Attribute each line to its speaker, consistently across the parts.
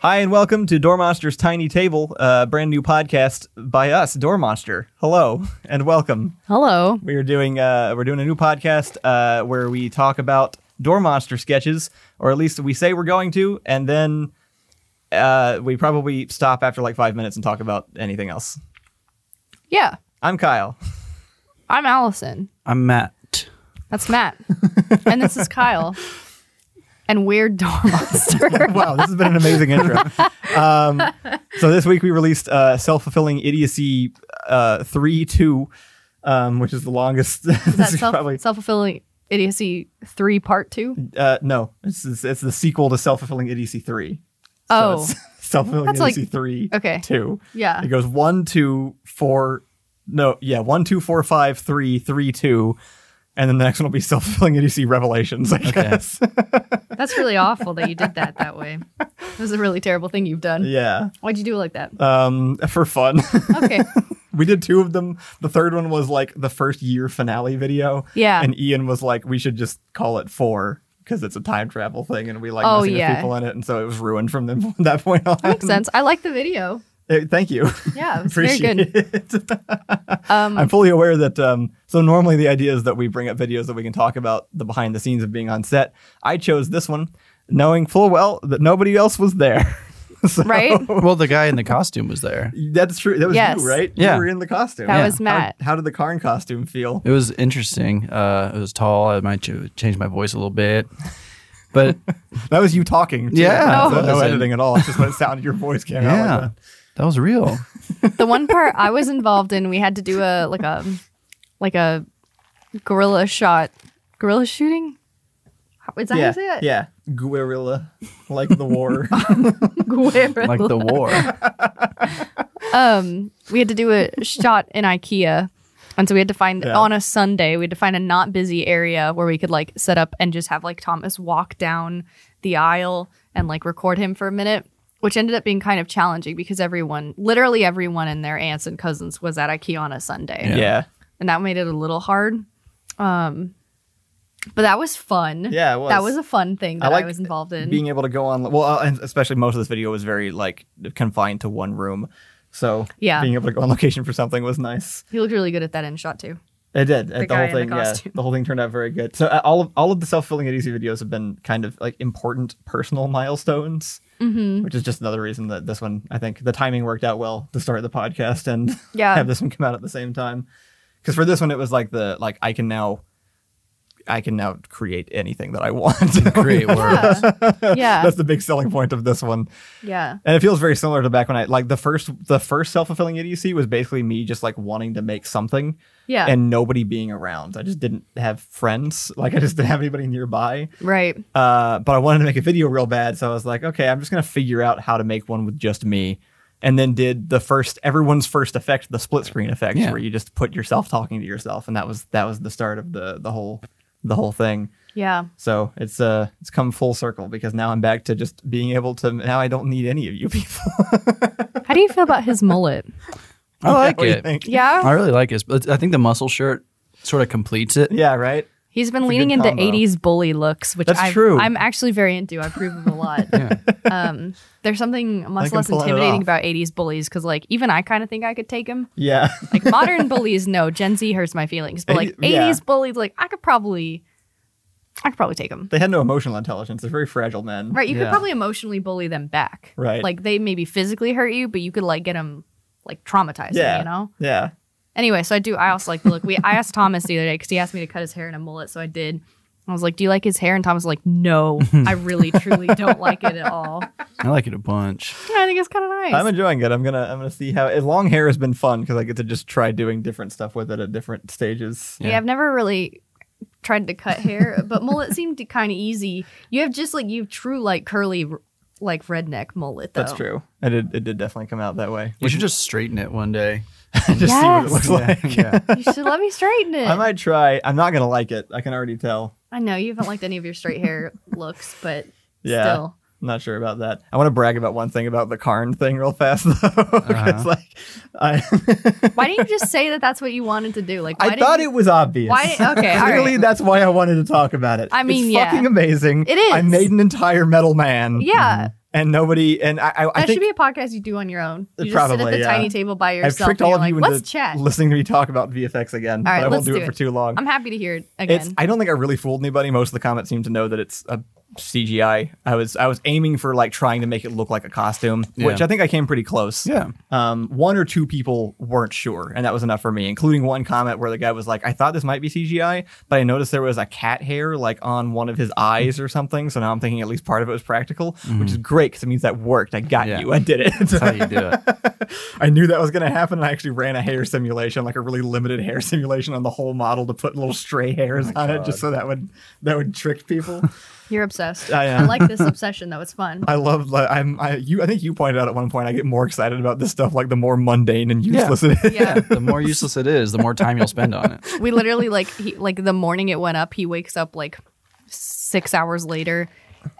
Speaker 1: Hi and welcome to Door Monster's Tiny Table, a brand new podcast by us, Door Monster. Hello and welcome.
Speaker 2: Hello.
Speaker 1: We are doing uh, we're doing a new podcast uh, where we talk about Door Monster sketches, or at least we say we're going to, and then uh, we probably stop after like five minutes and talk about anything else.
Speaker 2: Yeah,
Speaker 1: I'm Kyle.
Speaker 2: I'm Allison.
Speaker 3: I'm Matt.
Speaker 2: That's Matt. and this is Kyle. And we're Door Monster.
Speaker 1: wow, this has been an amazing intro. Um, so this week we released uh, self fulfilling idiocy uh, three two, um, which is the longest.
Speaker 2: Is that self fulfilling idiocy three part two?
Speaker 1: uh, no. It's, it's, it's the sequel to self fulfilling idiocy three.
Speaker 2: Oh.
Speaker 1: self fulfilling
Speaker 2: That's like-
Speaker 1: idiocy three.
Speaker 2: okay.
Speaker 1: two.
Speaker 2: Yeah.
Speaker 1: It goes one two four. No, yeah, one two four five three three two. And then the next one will be self fulfilling idiocy revelations, I guess.
Speaker 2: That's really awful that you did that that way. It was a really terrible thing you've done.
Speaker 1: yeah.
Speaker 2: Why'd you do it like that?
Speaker 1: Um, for fun.
Speaker 2: Okay.
Speaker 1: We did two of them. The third one was like the first year finale video.
Speaker 2: Yeah.
Speaker 1: And Ian was like, we should just call it four because it's a time travel thing and we like
Speaker 2: Oh,
Speaker 1: messing with
Speaker 2: yeah.
Speaker 1: people in it. And so it was ruined from them from that point on.
Speaker 2: That makes sense. I like the video.
Speaker 1: Uh, thank you.
Speaker 2: Yeah, it's very
Speaker 1: Appreciate
Speaker 2: good.
Speaker 1: it.
Speaker 2: Um,
Speaker 1: I'm fully aware that um, so normally the idea is that we bring up videos that we can talk about the behind the scenes of being on set. I chose this one knowing full well that nobody else was there. So-
Speaker 2: right?
Speaker 3: Well, the guy in the costume was there.
Speaker 1: That's true. That was
Speaker 2: Yes.
Speaker 1: you, right?
Speaker 3: Yeah.
Speaker 1: You were in the costume.
Speaker 2: That was Matt.
Speaker 1: How, how did the Karn costume feel?
Speaker 3: It was interesting. Uh, it was tall. I might ch- change my voice a little bit, but
Speaker 1: That was you talking. too.
Speaker 3: Yeah.
Speaker 1: So
Speaker 3: Oh.
Speaker 1: no editing at all. It's just when it sounded your voice came out.
Speaker 3: yeah,
Speaker 1: Like
Speaker 3: that was real.
Speaker 2: the one part I was involved in, we had to do a like a like a gorilla shot, gorilla shooting. How- Is that
Speaker 1: that.
Speaker 2: how you say it?
Speaker 1: yeah. Guerrilla, like the war.
Speaker 2: Gorilla.
Speaker 3: Like the war.
Speaker 2: um, we had to do a shot in IKEA, and so we had to find
Speaker 1: Yeah.
Speaker 2: on a Sunday. We had to find a not busy area where we could like set up and just have like Thomas walk down the aisle and like record him for a minute. Which ended up being kind of challenging because everyone, literally everyone in their aunts and cousins was at IKEA on a Sunday.
Speaker 3: Yeah.
Speaker 1: yeah.
Speaker 2: and that made it a little hard. Um, but that was fun.
Speaker 1: Yeah, it was.
Speaker 2: That was a fun thing that I,
Speaker 1: like
Speaker 2: was involved in.
Speaker 1: Being able to go on, well, uh, and especially most of this video was very like confined to one room. So
Speaker 2: Yeah.
Speaker 1: being able to go on location for something was nice.
Speaker 2: he looked really good at that end shot too.
Speaker 1: It did. The, whole
Speaker 2: guy in the
Speaker 1: thing, yeah,
Speaker 2: costume.
Speaker 1: the whole thing turned out very good. So uh, all of all of the self fulfilling idiocy videos have been kind of like important personal milestones,
Speaker 2: Mm-hmm.
Speaker 1: which is just another reason that this one, I think, the timing worked out well to start the podcast and
Speaker 2: Yeah.
Speaker 1: have this one come out at the same time. Because for this one, it was like the like I can now, I can now create anything that I want.
Speaker 3: Great work.
Speaker 2: Yeah, yeah,
Speaker 1: That's the big selling point of this one.
Speaker 2: yeah.
Speaker 1: And it feels very similar to back when I like the first the first self fulfilling idiocy was basically me just like wanting to make something
Speaker 2: Yeah.
Speaker 1: and nobody being around. I just didn't have friends. Like I just didn't have anybody nearby.
Speaker 2: Right.
Speaker 1: Uh, but I wanted to make a video real bad, so I was like, okay, I'm just gonna figure out how to make one with just me. And then did the first everyone's first effect, the split screen effect,
Speaker 3: Yeah.
Speaker 1: where you just put yourself talking to yourself, and that was that was the start of the the whole the whole thing.
Speaker 2: Yeah.
Speaker 1: So it's uh it's come full circle because now I'm back to just being able to now I don't need any of you people.
Speaker 2: How do you feel about his mullet?
Speaker 3: I like
Speaker 1: What do you
Speaker 3: it.
Speaker 1: think?
Speaker 2: Yeah.
Speaker 3: I really like it. But I think the muscle shirt sort of completes it.
Speaker 1: Yeah, right.
Speaker 2: He's been
Speaker 1: a
Speaker 2: leaning
Speaker 1: good
Speaker 2: into
Speaker 1: combo.
Speaker 2: 80s bully looks, which
Speaker 1: That's
Speaker 2: I've-
Speaker 1: true.
Speaker 2: I'm actually very into. I approve of a lot.
Speaker 3: Yeah.
Speaker 2: um, there's something much
Speaker 1: can
Speaker 2: less
Speaker 1: pull it
Speaker 2: intimidating
Speaker 1: off.
Speaker 2: about 80s bullies because, like, even I kind of think I could take him.
Speaker 1: Yeah.
Speaker 2: Like modern bullies, no. Gen Z hurts my feelings, but like
Speaker 1: Eighty- yeah.
Speaker 2: eighties bullies, like I could probably, I could probably take them.
Speaker 1: they had no emotional intelligence. They're very fragile men.
Speaker 2: Right, you could
Speaker 3: Yeah.
Speaker 2: probably emotionally bully them back.
Speaker 1: Right.
Speaker 2: like they maybe physically hurt you, but you could like get them like traumatized.
Speaker 1: Yeah.
Speaker 2: you know.
Speaker 1: Yeah.
Speaker 2: Anyway, so I do. I also like the look. We I asked Thomas the other day because he asked me to cut his hair in a mullet, so I did. I was like, "Do you like his hair?" And Thomas was like, "No, I really, truly don't like it at all."
Speaker 3: I like it a bunch.
Speaker 2: I think it's kind of nice.
Speaker 1: I'm enjoying it. I'm gonna I'm gonna see how eh, long hair has been fun because I get to just try doing different stuff with it at different stages.
Speaker 2: Yeah.
Speaker 3: Yeah.
Speaker 2: I've never really tried to cut hair, but mullet seemed kind of easy. You have just like you have true like curly r- like redneck mullet though.
Speaker 1: That's true. It did it did definitely come out that way.
Speaker 3: We should just straighten it one day.
Speaker 1: just see what it
Speaker 2: Yes.
Speaker 1: looks like.
Speaker 3: yeah.
Speaker 2: You should let me straighten it.
Speaker 1: I
Speaker 2: I,
Speaker 1: might try. I'm not gonna like it. I can already tell.
Speaker 2: know you haven't liked any of your straight hair looks, but
Speaker 1: Yeah.
Speaker 2: still.
Speaker 1: I'm not sure about that. I want to brag about one thing about the Karn thing real fast though. 'Cause, like I
Speaker 2: Why didn't you just say that that's what you wanted to do? Like why
Speaker 1: I thought
Speaker 2: you,
Speaker 1: it was obvious.
Speaker 2: Why- okay, all
Speaker 1: Clearly,
Speaker 2: right.
Speaker 1: that's why I wanted to talk about it.
Speaker 2: I mean,
Speaker 1: it's
Speaker 2: yeah.
Speaker 1: fucking amazing.
Speaker 2: It is.
Speaker 1: I made an entire metal man.
Speaker 2: Yeah.
Speaker 1: and nobody and I I, I
Speaker 2: That
Speaker 1: think
Speaker 2: should be a podcast you do on your own. You just sit
Speaker 1: Probably,
Speaker 2: at the
Speaker 1: yeah.
Speaker 2: tiny table by
Speaker 1: I've
Speaker 2: yourself.
Speaker 1: tricked
Speaker 2: and
Speaker 1: all
Speaker 2: you're
Speaker 1: of you
Speaker 2: like,
Speaker 1: into
Speaker 2: Let's chat.
Speaker 1: listening to me talk about VFX again. but
Speaker 2: right,
Speaker 1: I won't
Speaker 2: let's
Speaker 1: do,
Speaker 2: do
Speaker 1: it for
Speaker 2: it.
Speaker 1: too long.
Speaker 2: I'm happy to hear it again.
Speaker 1: It's I don't think I really fooled anybody. Most of the comments seem to know that it's a CGI. I was I was aiming for like trying to make it look like a costume, which
Speaker 3: Yeah.
Speaker 1: I think I came pretty close.
Speaker 3: Yeah.
Speaker 1: Um, one or two people weren't sure, and that was enough for me, including one comment where the guy was like, I thought this might be CGI, but I noticed there was a cat hair like on one of his eyes or something. So now I'm thinking at least part of it was practical, which is great because it means that worked. I got
Speaker 3: Mm-hmm. Yeah.
Speaker 1: you. I did
Speaker 3: That's how
Speaker 1: it.
Speaker 3: you do it.
Speaker 1: I knew that was going to happen. And I actually ran a hair simulation, like a really limited hair simulation on the whole model to put little stray
Speaker 3: Oh
Speaker 1: hairs on it, just so that would that would trick people.
Speaker 2: You're obsessed.
Speaker 1: I
Speaker 2: I,
Speaker 1: am.
Speaker 2: like this obsession though. It's fun.
Speaker 1: I love. Like, I'm. I you. I think you pointed out at one point. I get more excited about this stuff, like the more mundane and
Speaker 3: Yeah.
Speaker 1: useless it is.
Speaker 2: yeah.
Speaker 3: The more useless it is, the more time you'll spend on it.
Speaker 2: we literally like he like the morning it went up, he wakes up like six hours later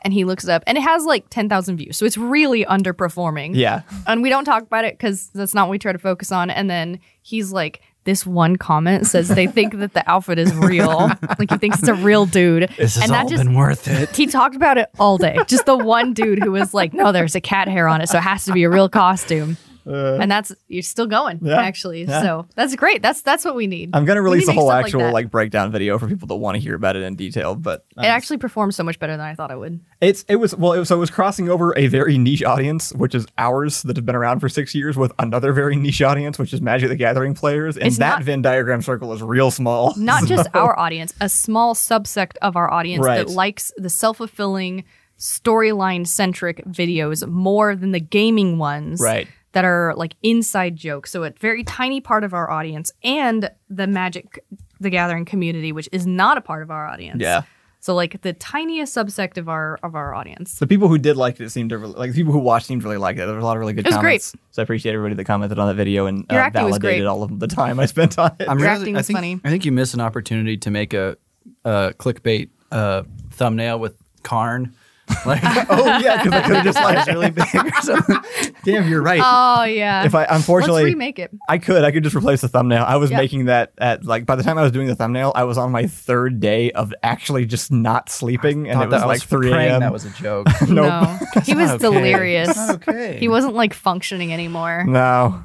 Speaker 2: and he looks it up and it has like ten thousand views. So it's really underperforming.
Speaker 1: Yeah.
Speaker 2: And we don't talk about it because that's not what we try to focus on. And then he's like this one comment says they think that the outfit is real. like he thinks it's a real dude.
Speaker 3: This has
Speaker 2: and that
Speaker 3: all
Speaker 2: just
Speaker 3: been worth it.
Speaker 2: he talked about it all day. Just the one dude who was like, "No, there's a cat hair on it, so it has to be a real costume." and that's you're still going
Speaker 1: Uh, Yeah,
Speaker 2: actually.
Speaker 1: yeah.
Speaker 2: So that's great. That's that's what we need.
Speaker 1: I'm gonna
Speaker 2: We
Speaker 1: release
Speaker 2: need
Speaker 1: a whole
Speaker 2: stuff like
Speaker 1: actual
Speaker 2: that.
Speaker 1: like, breakdown video for people that want to hear about it in detail. But
Speaker 2: It actually performed so much better than I thought it would.
Speaker 1: it's it was well, it was, so it was crossing over a very niche audience, which is ours that have been around for six years, with another very niche audience, which is Magic the Gathering players, and
Speaker 2: It's
Speaker 1: that
Speaker 2: not-
Speaker 1: Venn diagram circle is real small.
Speaker 2: Not just our audience, a small subsect of our audience
Speaker 1: Right.
Speaker 2: that likes the self-fulfilling storyline centric videos more than the gaming ones.
Speaker 1: Right.
Speaker 2: That are like inside jokes. So a very tiny part of our audience and the Magic the Gathering community, which is not a part of our audience.
Speaker 1: Yeah.
Speaker 2: So like the tiniest subsect of our of our audience.
Speaker 1: the people who did like it seemed to really, like the people who watched seemed to really like it. There was a lot of really good
Speaker 2: It was great.
Speaker 1: comments. So I appreciate everybody that commented on that video and
Speaker 2: Your
Speaker 1: uh,
Speaker 2: acting was
Speaker 1: validated
Speaker 2: great.
Speaker 1: all of the time I spent on it.
Speaker 3: I'm
Speaker 2: Your
Speaker 3: really-
Speaker 2: acting
Speaker 3: I
Speaker 2: was
Speaker 3: think,
Speaker 2: funny.
Speaker 3: I think you missed an opportunity to make a, a clickbait uh, thumbnail with Karn. Like,
Speaker 1: oh yeah, because I could have just like really big.
Speaker 3: or something.
Speaker 1: Damn, you're right.
Speaker 2: Oh yeah.
Speaker 1: if I
Speaker 2: Let's
Speaker 1: unfortunately
Speaker 2: remake it.
Speaker 1: I could. I could just replace the thumbnail. I was
Speaker 2: Yeah.
Speaker 1: making that at like by the time I was doing the thumbnail, I was on my third day of actually just not sleeping, and
Speaker 3: Thought
Speaker 1: it was
Speaker 3: that
Speaker 1: like three
Speaker 3: praying
Speaker 1: a.m.
Speaker 3: That was a joke.
Speaker 1: Nope.
Speaker 2: No. He was
Speaker 3: Not okay.
Speaker 2: delirious.
Speaker 3: It's not okay.
Speaker 2: He wasn't like functioning anymore.
Speaker 1: no.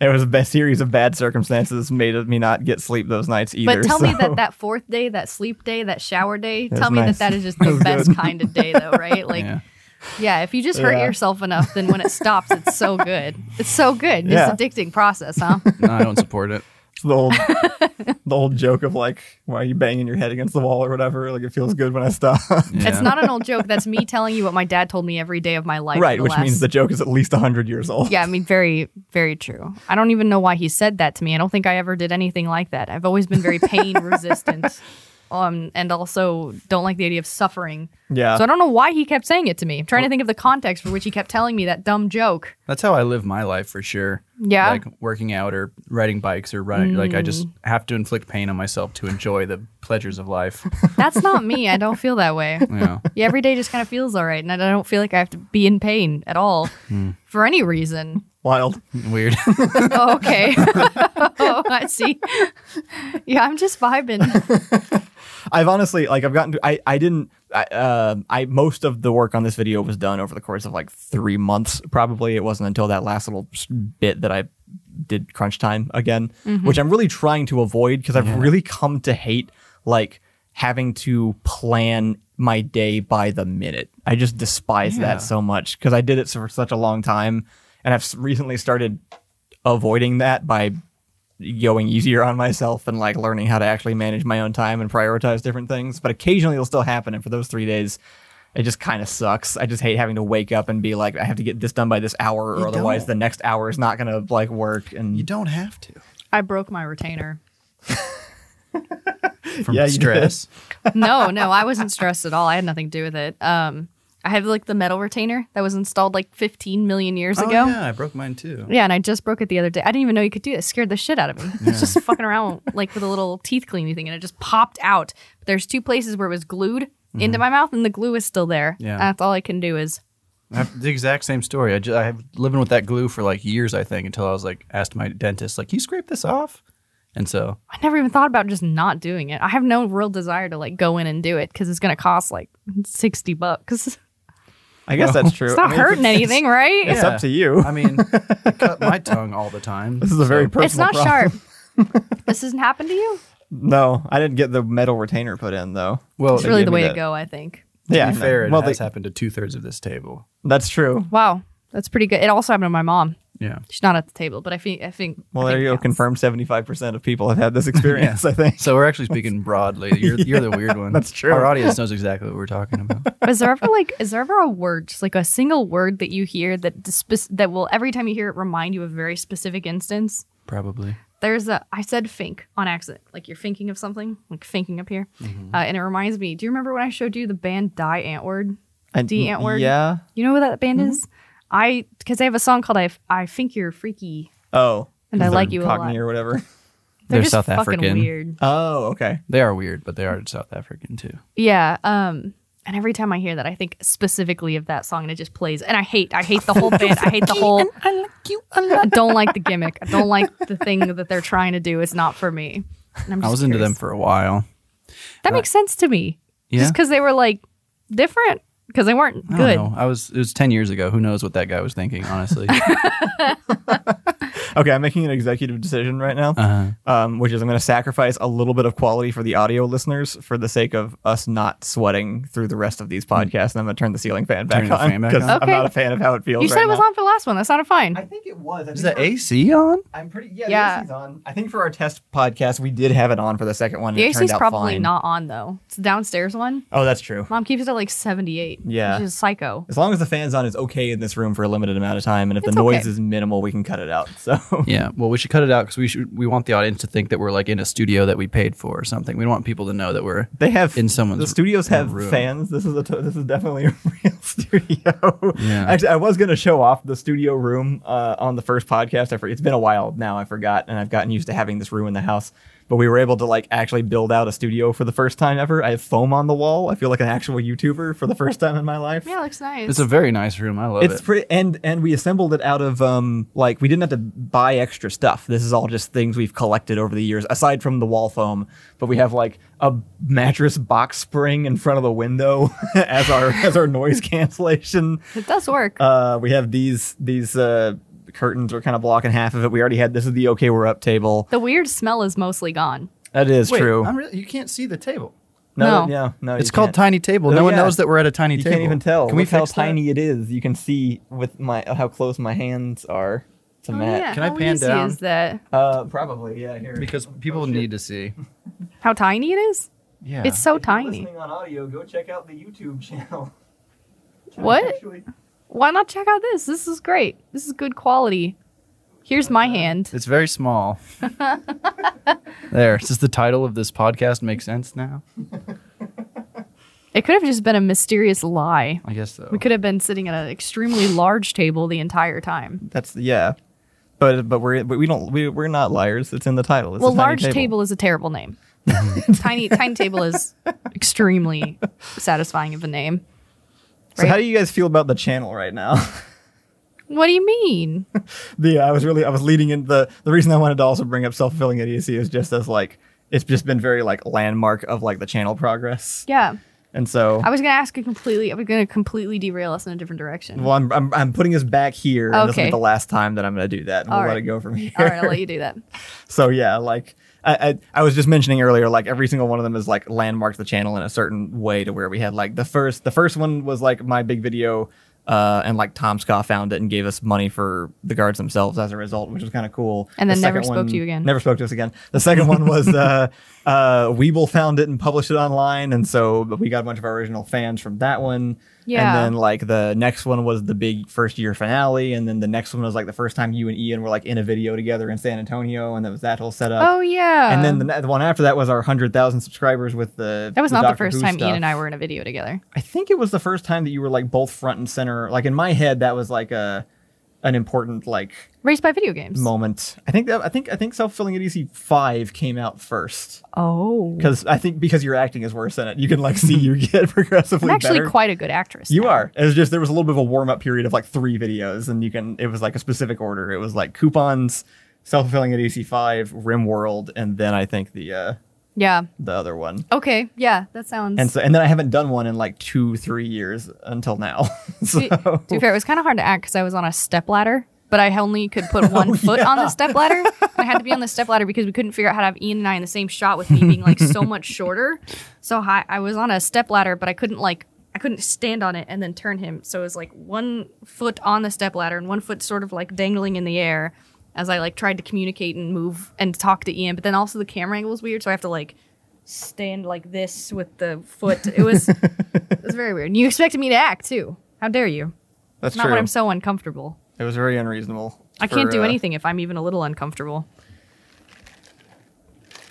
Speaker 1: It was a ba- series of bad circumstances made me not get sleep those nights either.
Speaker 2: But tell me
Speaker 1: so-
Speaker 2: that that fourth day, that sleep day, that shower day, tell me
Speaker 1: nice.
Speaker 2: that that is just the best kind of day, though, right? Like,
Speaker 3: Yeah.
Speaker 2: yeah, if you just hurt
Speaker 1: Yeah.
Speaker 2: yourself enough, then when it stops, it's so good. It's so good. It's
Speaker 1: Yeah.
Speaker 2: addicting process, huh?
Speaker 3: No, I don't support it.
Speaker 1: It's the old, the old joke of like, why are you banging your head against the wall or whatever? Like it feels good when I stop.
Speaker 3: Yeah.
Speaker 2: It's not an old joke. That's me telling you what my dad told me every day of my life.
Speaker 1: right,
Speaker 2: the
Speaker 1: which
Speaker 2: last-
Speaker 1: means the joke is at least hundred years old.
Speaker 2: Yeah, I mean, very, very true. I don't even know why he said that to me. I don't think I ever did anything like that. I've always been very pain resistant, um, and also don't like the idea of suffering.
Speaker 1: Yeah.
Speaker 2: So I don't know why he kept saying it to me. I'm trying to think of the context for which he kept telling me that dumb joke.
Speaker 3: That's how I live my life for sure.
Speaker 2: Yeah. Mm.
Speaker 3: Like working out or riding bikes or running. Like I just have to inflict pain on myself to enjoy the pleasures of life.
Speaker 2: That's not me. I don't feel that way.
Speaker 3: Yeah.
Speaker 2: Yeah, every day just kind of feels all right, and I don't feel like I have to be in pain at all for any reason.
Speaker 1: Wild.
Speaker 3: Weird.
Speaker 2: Oh, okay. oh, I see. Yeah, I'm just vibing.
Speaker 1: I've honestly like I've gotten to I I didn't I uh, I most of the work on this video was done over the course of like three months probably. It wasn't until that last little s- bit that I did crunch time again, which I'm really trying to avoid because I've really come to hate like having to plan my day by the minute. I just despise
Speaker 3: Yeah.
Speaker 1: that so much because I did it for such a long time, and I've s- recently started avoiding that by going easier on myself and like learning how to actually manage my own time and prioritize different things. But occasionally it'll still happen. And for those three days, it just kind of sucks. I just hate having to wake up and be like, I have to get this done by this hour, or
Speaker 3: You
Speaker 1: otherwise
Speaker 3: don't.
Speaker 1: the next hour is not gonna like work. And
Speaker 3: you don't have to.
Speaker 2: I broke my retainer.
Speaker 3: From
Speaker 1: Yeah, you
Speaker 3: stress.
Speaker 2: no, no, I wasn't stressed at all. I had nothing to do with it. Um, I have like the metal retainer that was installed like 15 million years
Speaker 3: Oh,
Speaker 2: ago.
Speaker 3: yeah, I broke mine too.
Speaker 2: Yeah, and I just broke it the other day. I didn't even know you could do that. It scared the shit out of me. I was just fucking around like with a little teeth cleaning thing, and it just popped out. But there's two places where it was glued into my mouth, and the glue is still there.
Speaker 3: Mm-hmm. Yeah.
Speaker 2: that's all I can do is.
Speaker 3: I have the exact same story. I, ju- I have living with that glue for like years, I think, until I was like asked my dentist, like, "Can you scrape this off?" And so
Speaker 2: I never even thought about just not doing it. I have no real desire to like go in and do it because it's gonna cost like 60 bucks.
Speaker 1: I guess that's true.
Speaker 2: It's not
Speaker 1: I mean, if
Speaker 2: hurting
Speaker 1: it's-
Speaker 2: anything, right?
Speaker 1: It's
Speaker 3: Yeah.
Speaker 1: up to you.
Speaker 3: I mean, I cut my tongue all the time.
Speaker 1: This is a very
Speaker 3: so-
Speaker 1: personal.
Speaker 2: It's not
Speaker 1: problem.
Speaker 2: sharp. this hasn't happened to you.
Speaker 1: No, I didn't get the metal retainer put in though.
Speaker 3: well.
Speaker 2: It's really
Speaker 1: give
Speaker 2: the
Speaker 1: me
Speaker 2: way
Speaker 1: that.
Speaker 2: to go, I think.
Speaker 1: yeah,
Speaker 3: to be
Speaker 1: no.
Speaker 3: fair, it
Speaker 1: well,
Speaker 3: has
Speaker 1: they-
Speaker 3: happened to two thirds of this table.
Speaker 1: that's true.
Speaker 2: Wow, that's pretty good. It also happened to my mom.
Speaker 3: Yeah.
Speaker 2: She's not at the table, but I think I think.
Speaker 1: Well,
Speaker 2: I
Speaker 1: there
Speaker 2: think
Speaker 1: you go.
Speaker 2: it counts.
Speaker 1: Confirmed, seventy-five percent of people have had this experience. I think.
Speaker 3: So we're actually speaking broadly. You're, you're the weird one.
Speaker 1: that's true.
Speaker 3: Our audience knows exactly what we're talking about.
Speaker 2: But is there ever like is there ever a word, just like a single word that you hear that dispe- that will every time you hear it remind you of a very specific instance?
Speaker 3: Probably.
Speaker 2: There's a I said fink on accident, like you're thinking of something, like thinking up here,
Speaker 1: Mm-hmm.
Speaker 2: uh, and it reminds me. Do you remember when I showed you the band Die Antword?
Speaker 1: I-
Speaker 2: D Antword.
Speaker 1: Yeah. Mm-hmm.
Speaker 2: You know who that band is? I because they have a song called I I think you're freaky.
Speaker 1: Oh.
Speaker 2: And I
Speaker 1: 'cause
Speaker 2: like
Speaker 1: they're
Speaker 2: you a lot.
Speaker 1: Cockney or whatever.
Speaker 2: They're,
Speaker 3: They're
Speaker 2: just
Speaker 3: South
Speaker 2: fucking
Speaker 3: African.
Speaker 2: weird.
Speaker 1: Oh, okay.
Speaker 3: They are weird, but they are South African too.
Speaker 2: Yeah. Um, and every time I hear that, I think specifically of that song, and it just plays. And I hate, I hate the whole band. I hate the whole.
Speaker 3: I like you
Speaker 2: I don't like the gimmick. I don't like the thing that they're trying to do. It's not for me. And I'm
Speaker 3: I
Speaker 2: just
Speaker 3: was into them
Speaker 2: curious.
Speaker 3: for a while.
Speaker 2: That makes sense to me.
Speaker 3: Yeah.
Speaker 2: Just because they were like different, because they weren't
Speaker 3: I
Speaker 2: good.
Speaker 3: don't know. I was. It was ten years ago. Who knows what that guy was thinking? Honestly.
Speaker 1: Okay, I'm making an executive decision right now,
Speaker 3: Uh-huh.
Speaker 1: um, which is I'm going to sacrifice a little bit of quality for the audio listeners for the sake of us not sweating through the rest of these podcasts. And I'm going to turn the ceiling fan back
Speaker 3: Hmm. Turn the
Speaker 1: on
Speaker 3: fan back
Speaker 1: because
Speaker 3: on?
Speaker 1: I'm
Speaker 2: Okay.
Speaker 1: not a fan of how it feels.
Speaker 2: You said
Speaker 1: right
Speaker 2: it was
Speaker 1: now.
Speaker 2: on for the last one. That sounded fine.
Speaker 1: I think it was. I
Speaker 3: Is
Speaker 1: think
Speaker 3: that
Speaker 1: for-
Speaker 3: AC on?
Speaker 1: I'm pretty. Yeah,
Speaker 2: Yeah.
Speaker 1: the AC's on. I think for our test podcast, we did have it on for the second one. and
Speaker 2: the
Speaker 1: it turned
Speaker 2: AC's
Speaker 1: out
Speaker 2: probably
Speaker 1: fine.
Speaker 2: not on though. It's the downstairs one.
Speaker 1: Oh, that's true.
Speaker 2: Mom keeps it at like 78.
Speaker 1: Yeah.
Speaker 2: She's a psycho.
Speaker 1: As long as the fan's on, it's okay in this room for a limited amount of time, and if
Speaker 2: It's
Speaker 1: the noise
Speaker 2: okay.
Speaker 1: is minimal, we can cut it out. So
Speaker 3: Yeah. Well, we should cut it out because we should. We want the audience to think that we're like in a studio that we paid for or something. We don't want people to know that we're.
Speaker 1: they have
Speaker 3: In someone's
Speaker 1: the studios
Speaker 3: r-
Speaker 1: have
Speaker 3: room.
Speaker 1: fans. This is a t- this is definitely a real studio.
Speaker 3: Yeah.
Speaker 1: Actually, I was gonna show off the studio room uh, on the first podcast. I for- it's been a while now. I forgot, and I've gotten used to having this room in the house. But we were able to like actually build out a studio for the first time ever. I have foam on the wall. I feel like an actual YouTuber for the first time in my life.
Speaker 2: Yeah, it looks nice.
Speaker 3: It's a very nice room. I love
Speaker 1: it's
Speaker 3: it.
Speaker 1: pretty and and we assembled it out of um like we didn't have to buy extra stuff this is all just things we've collected over the years aside from the wall foam but we have like a mattress box spring in front of the window as our as our noise cancellation
Speaker 2: it does work.
Speaker 1: uh we have these these uh curtains are kind of blocking half of it we already had this is the okay we're up table
Speaker 2: the weird smell is mostly gone.
Speaker 1: that is
Speaker 3: Wait,
Speaker 1: true
Speaker 3: I'm really, you can't see the table.
Speaker 1: no
Speaker 2: No.
Speaker 1: yeah no
Speaker 3: It's
Speaker 1: you
Speaker 3: called
Speaker 1: can't.
Speaker 3: Tiny Table.
Speaker 1: Oh,
Speaker 3: No one
Speaker 1: yeah.
Speaker 3: knows that we're at a tiny
Speaker 1: you
Speaker 3: table.
Speaker 1: can't even tell
Speaker 3: Can we
Speaker 1: Look how
Speaker 3: fix that?
Speaker 1: tiny it is you can see with my how close my hands are to Matt.
Speaker 2: Oh, yeah.
Speaker 3: Can I
Speaker 2: How
Speaker 3: pan
Speaker 2: easy
Speaker 3: down?
Speaker 2: is that?
Speaker 1: Uh, probably, yeah. Here,
Speaker 3: Because people need to see.
Speaker 2: How tiny it is?
Speaker 3: Yeah.
Speaker 2: It's so tiny.
Speaker 1: on audio, go check out the YouTube channel.
Speaker 2: What? Why not check out this? This is great. This is good quality. Here's my hand.
Speaker 3: It's very small. there. Does the title of this podcast make sense now?
Speaker 2: It could have just been a mysterious lie.
Speaker 3: I guess so.
Speaker 2: We could have been sitting at an extremely large table the entire time.
Speaker 1: That's yeah, but but we're but we don't we we're not liars. It's in the title. It's a
Speaker 2: well,
Speaker 1: tiny
Speaker 2: large table.
Speaker 1: table.
Speaker 2: is a terrible name. tiny tiny table is extremely satisfying of a name.
Speaker 1: So how do you guys feel about the channel right now?
Speaker 2: What do you mean?
Speaker 1: the I was really I was leading in the the reason I wanted to also bring up self fulfilling idiocy is just as like it's just been very like landmark of like the channel progress,
Speaker 2: Yeah.
Speaker 1: and so
Speaker 2: I was gonna ask you completely I was gonna completely derail us in a different direction.
Speaker 1: well I'm, I'm I'm putting us back here. And this will be
Speaker 2: Okay.
Speaker 1: the last time that I'm going to do that. And
Speaker 2: All
Speaker 1: we'll let
Speaker 2: right.
Speaker 1: it go from here.
Speaker 2: All right, I'll let you do that.
Speaker 1: So yeah, like I, I I was just mentioning earlier, like every single one of them is like landmarked the channel in a certain way to where we had like the first the first one was like my big video. Uh, and like Tom Scott found it and gave us money for the guards themselves as a result, which was kind of cool.
Speaker 2: And then
Speaker 1: The
Speaker 2: never
Speaker 1: second
Speaker 2: spoke to you again.
Speaker 1: Never spoke to us again. The second one was uh, uh, Weeble found it and published it online, and so we got a bunch of our original fans from that one.
Speaker 2: Yeah.
Speaker 1: And then like the next one was the big first year finale, and then the next one was like the first time you and Ian were like in a video together in San Antonio, and that was that whole setup.
Speaker 2: Oh yeah.
Speaker 1: And then the, ne- the one after that was our hundred thousand subscribers with the.
Speaker 2: That was
Speaker 1: the
Speaker 2: not the
Speaker 1: Doctor
Speaker 2: first
Speaker 1: Who
Speaker 2: time
Speaker 1: stuff.
Speaker 2: Ian and I were in a video together.
Speaker 1: I think it was the first time that you were like both front and center. Like in my head, that was like a an important like
Speaker 2: Raised by video games.
Speaker 1: moment. I think that I think I think self filling ADC five came out first
Speaker 2: Oh.
Speaker 1: because I think because your acting is worse in it, you can like see you get progressively
Speaker 2: I'm actually
Speaker 1: better.
Speaker 2: quite a good actress.
Speaker 1: You
Speaker 2: now.
Speaker 1: are. It was just there was a little bit of a warm up period of like three videos, and you can. It was like a specific order. It E was like coupons, self fulfilling at EC five, Rim World, and then I think the uh,
Speaker 2: Yeah.
Speaker 1: the other one.
Speaker 2: Okay. Yeah. That sounds.
Speaker 1: And so, and then I haven't done one in like two, three years until now. so,
Speaker 2: to, to be fair, it was kind of hard to act because I was on a step ladder, but I only could put one foot on the step ladder. And I had to be on the step ladder because we couldn't figure out how to have Ian and I in the same shot with me being like so much shorter. So high, I was on a step ladder, but I couldn't like I couldn't stand on it and then turn him. So it was like one foot on the step ladder and one foot sort of like dangling in the air as I like tried to communicate and move and talk to Ian. But then also the camera angle was weird, so I have to like stand like this with the foot. It was it was very weird. And you expected me to act too. How dare you?
Speaker 1: that's
Speaker 2: Not
Speaker 1: true.
Speaker 2: when I'm so uncomfortable.
Speaker 1: it was very unreasonable.
Speaker 2: I can't
Speaker 1: for,
Speaker 2: do
Speaker 1: uh,
Speaker 2: anything if I'm even a little uncomfortable.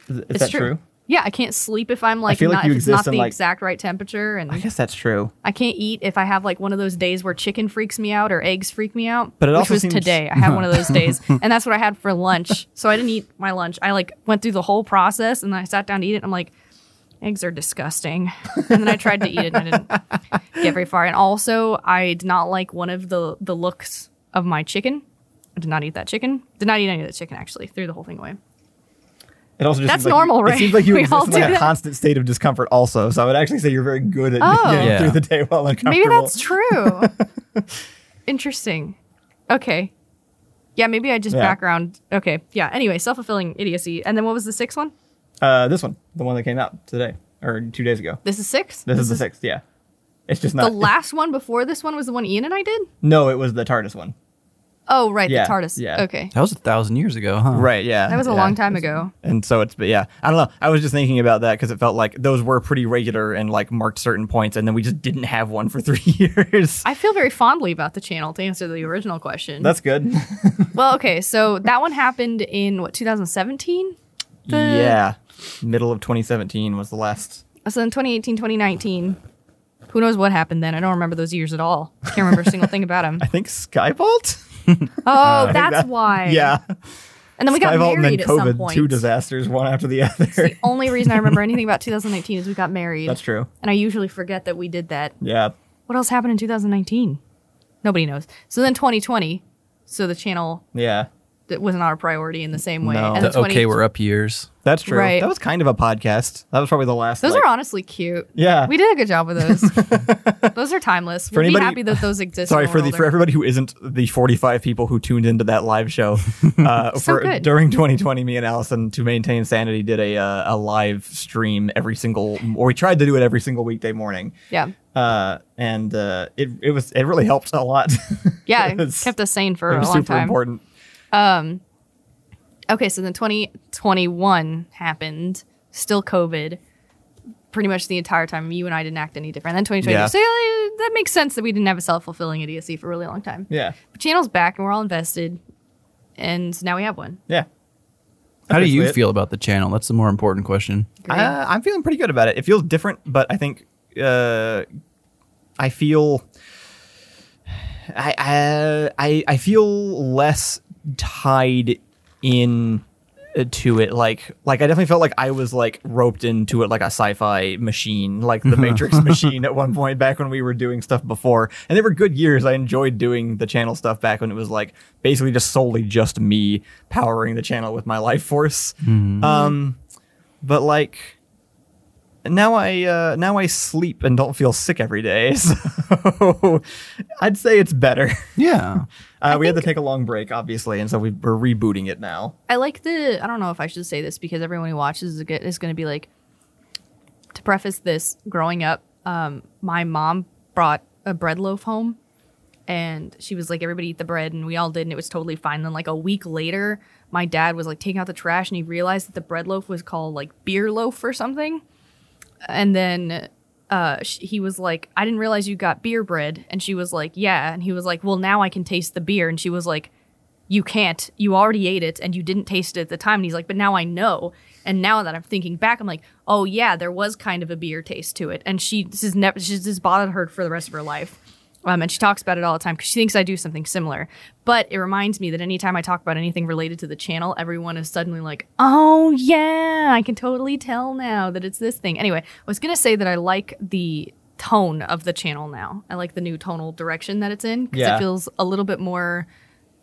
Speaker 1: Is, is
Speaker 2: It's
Speaker 1: that
Speaker 2: true.
Speaker 1: true?
Speaker 2: Yeah, I can't sleep if I'm like,
Speaker 1: feel like
Speaker 2: not,
Speaker 1: you
Speaker 2: if it's
Speaker 1: exist in,
Speaker 2: not the
Speaker 1: like-
Speaker 2: exact right temperature, and
Speaker 1: I guess that's true.
Speaker 2: I can't eat if I have like one of those days where chicken freaks me out or eggs freak me out.
Speaker 1: But it
Speaker 2: which
Speaker 1: also
Speaker 2: was
Speaker 1: seems-
Speaker 2: today. I had one of those days, and that's what I had for lunch. So I didn't eat my lunch. I like went through the whole process, and then I sat down to eat it. And I'm like, eggs are disgusting. And then I tried to eat it, and I didn't get very far. And also, I did not like one of the the looks of my chicken. I did not eat that chicken. Did not eat any of the chicken actually. Threw the whole thing away.
Speaker 1: It also just
Speaker 2: That's
Speaker 1: seems like
Speaker 2: normal,
Speaker 1: you,
Speaker 2: right?
Speaker 1: It seems like you
Speaker 2: We all
Speaker 1: exist in like a
Speaker 2: do that.
Speaker 1: constant state of discomfort, also. So I would actually say you're very good at
Speaker 2: Oh.
Speaker 1: getting
Speaker 3: Yeah.
Speaker 1: through the day while uncomfortable.
Speaker 2: Maybe that's true. Interesting. Okay. Yeah, maybe I just
Speaker 1: Yeah.
Speaker 2: background. Okay. Yeah. Anyway, self fulfilling idiocy. And then what was the sixth one?
Speaker 1: Uh, this one, the one that came out today or two days ago.
Speaker 2: This is six?
Speaker 1: This is the sixth. Yeah, it's just
Speaker 2: The
Speaker 1: not.
Speaker 2: last one before this one was the one Ian and I did?
Speaker 1: no, it was the TARDIS one.
Speaker 2: Oh, right.
Speaker 1: Yeah,
Speaker 2: The TARDIS.
Speaker 1: yeah.
Speaker 2: Okay.
Speaker 3: That was a thousand years ago, huh?
Speaker 1: Right. Yeah.
Speaker 2: That was a
Speaker 1: yeah.
Speaker 2: long time ago.
Speaker 1: And so it's, but yeah, I don't know. I was just thinking about that because it felt like those were pretty regular and like marked certain points, and then we just didn't have one for three years.
Speaker 2: I feel very fondly about the channel to answer the original question.
Speaker 1: That's good.
Speaker 2: well, okay. So that one happened in what, 2017? The-
Speaker 1: yeah. Middle of 2017 was the last.
Speaker 2: So in 2018, 2019. Who knows what happened then? I don't remember those years at all. Can't remember a single thing about them.
Speaker 1: I think Skyvault.
Speaker 2: Oh,
Speaker 1: think
Speaker 2: that's
Speaker 1: that-
Speaker 2: why.
Speaker 1: Yeah.
Speaker 2: And then we got
Speaker 1: Skyvault and then
Speaker 2: married at some
Speaker 1: COVID,
Speaker 2: point.
Speaker 1: two disasters, one after the other.
Speaker 2: The only reason I remember anything about 2019 is we got married.
Speaker 1: That's true.
Speaker 2: And I usually forget that we did that.
Speaker 1: Yeah.
Speaker 2: What else happened in 2019? Nobody knows. So then 2020, so the channel
Speaker 1: Yeah.
Speaker 2: that was not a priority in the same way.
Speaker 1: No.
Speaker 2: And
Speaker 3: The
Speaker 2: then 20
Speaker 3: okay, we're up years.
Speaker 1: That's true.
Speaker 2: Right.
Speaker 1: That was kind of a podcast. That was probably the last.
Speaker 2: Those
Speaker 1: like-
Speaker 2: are honestly cute.
Speaker 1: Yeah.
Speaker 2: We did a good job with those. those are timeless. We'd
Speaker 1: anybody-
Speaker 2: be happy that those exist.
Speaker 1: Sorry
Speaker 2: in
Speaker 1: for the
Speaker 2: world.
Speaker 1: for everybody who isn't the 45 people who tuned into that live show. Uh,
Speaker 2: So
Speaker 1: for
Speaker 2: good.
Speaker 1: during 2020, me and Allison to maintain sanity did a uh, a live stream every single, or we tried to do it every single weekday morning.
Speaker 2: Yeah.
Speaker 1: Uh, and uh, it it was it really helped a lot.
Speaker 2: Yeah.
Speaker 1: It
Speaker 2: It
Speaker 1: was-
Speaker 2: kept us sane for
Speaker 1: it
Speaker 2: a
Speaker 1: was
Speaker 2: long
Speaker 1: super
Speaker 2: time.
Speaker 1: important.
Speaker 2: Okay, so then 2021 happened, still COVID, pretty much the entire time. You and I didn't act any different. Then 2022.
Speaker 1: Yeah.
Speaker 2: So yeah, that makes sense that we didn't have a self fulfilling idiocy for a really long time.
Speaker 1: Yeah,
Speaker 2: But Channel's back and we're all invested, and now we have one.
Speaker 1: yeah.
Speaker 3: How do you
Speaker 1: Basically it.
Speaker 3: feel about the channel? That's the more important question.
Speaker 2: Great.
Speaker 1: Uh, I'm feeling pretty good about it. It feels different, but I think uh, I feel I, I I I feel less tied in uh, to it. Like like I definitely felt like I was like roped into it like a sci-fi machine, like the Matrix machine at one point back when we were doing stuff before. And they were good years. I enjoyed doing the channel stuff back when it was like basically just solely just me powering the channel with my life force. Um, but like now I uh, now I sleep and don't feel sick every day, so I'd say it's better.
Speaker 3: Yeah.
Speaker 1: Uh, we had to take a long break, obviously, and so we, we're rebooting it now.
Speaker 2: I like the. I don't know if I should say this because everyone who watches is, go- is going to be like. To preface this, growing up, um, my mom brought a bread loaf home, and she was like, "Everybody eat the bread," and we all did, and it was totally fine. Then, like a week later, my dad was like taking out the trash, and he realized that the bread loaf was called like beer loaf or something, and then. Uh, sh- he was like, I didn't realize you got beer bread. And she was like, Yeah. And he was like, Well, now I can taste the beer. And she was like, you can't. You already ate it and you didn't taste it at the time. And he's like, but now I know. And now that I'm thinking back, I'm like, oh yeah, there was kind of a beer taste to it. And she this is never she's just bothered her for the rest of her life. Um, and she talks about it all the time because she thinks I do something similar. But it reminds me that anytime I talk about anything related to the channel, everyone is suddenly like, oh, yeah, I can totally tell now that it's this thing. Anyway, I was going to say that I like the tone of the channel now. I like the new tonal direction that it's in because
Speaker 1: Yeah.
Speaker 2: it feels a little bit more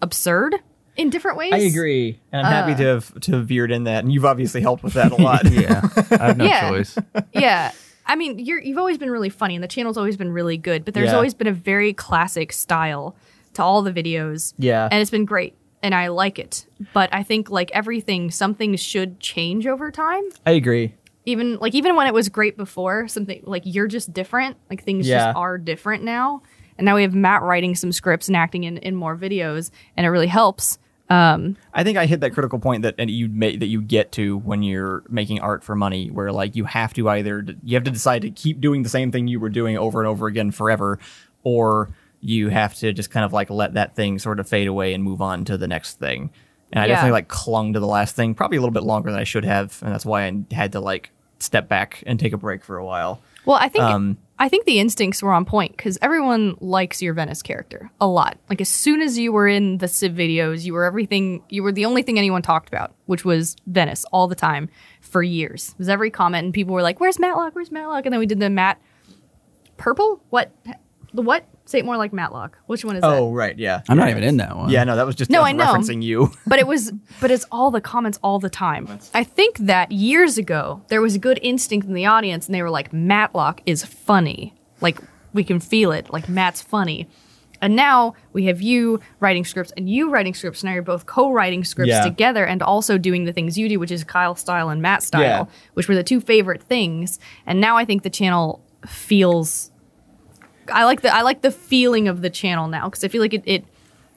Speaker 2: absurd in different ways.
Speaker 1: I agree, and I'm happy to have to have veered in that, and you've obviously helped with that a lot.
Speaker 3: yeah, I have no
Speaker 2: Yeah.
Speaker 3: choice.
Speaker 2: yeah. I mean, you're, you've always been really funny, and the channel's always been really good, but there's
Speaker 1: Yeah.
Speaker 2: always been a very classic style to all the videos.
Speaker 1: Yeah.
Speaker 2: And it's been great, and I like it. But I think, like everything, something should change over time.
Speaker 1: I agree.
Speaker 2: Even like even when it was great before, something like you're just different. Like things
Speaker 1: Yeah.
Speaker 2: just are different now. And now we have Matt writing some scripts and acting in, in more videos, and it really helps.
Speaker 1: I think I hit that critical point that and you make that you get to when you're making art for money, where like you have to either you have to decide to keep doing the same thing you were doing over and over again forever, or you have to just kind of like let that thing sort of fade away and move on to the next thing. And I
Speaker 2: Yeah.
Speaker 1: definitely like clung to the last thing probably a little bit longer than I should have, and that's why I had to like step back and take a break for a while.
Speaker 2: Well, I think
Speaker 1: Um,
Speaker 2: I think the instincts were on point because everyone likes your Venice character a lot. Like as soon as you were in the Civ videos, you were everything. You were the only thing anyone talked about, which was Venice all the time for years. It was every comment, and people were like, "Where's Matlock? Where's Matlock?" And then we did the Matt purple. What the what? Say it more like Matlock. Which one is that?
Speaker 1: Oh right, yeah.
Speaker 3: I'm not even in that one.
Speaker 1: Yeah, no, that was just
Speaker 2: No,
Speaker 1: us
Speaker 2: I know.
Speaker 1: referencing you.
Speaker 2: but it was but it's all the comments all the time i think that years ago there was a good instinct in the audience and they were like matlock is funny like we can feel it like matt's funny and now we have you writing scripts and you writing scripts now you're both co-writing scripts
Speaker 1: Yeah.
Speaker 2: together and also doing the things you do which is kyle style and matt style
Speaker 1: Yeah.
Speaker 2: which were the two favorite things and now i think the channel feels I like the I like the feeling of the channel now because I feel like it, it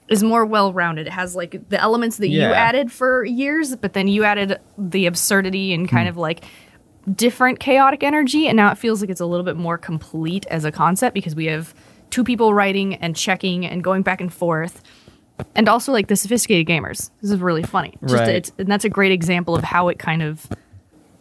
Speaker 2: is more well rounded. It has like the elements that
Speaker 1: Yeah.
Speaker 2: you added for years, but then you added the absurdity
Speaker 1: Hmm.
Speaker 2: and kind of like different chaotic energy, and now it feels like it's a little bit more complete as a concept because we have two people writing and checking and going back and forth. And also like the sophisticated gamers. This is really funny. Just
Speaker 1: Right.
Speaker 2: it's, and that's a great example of how it kind of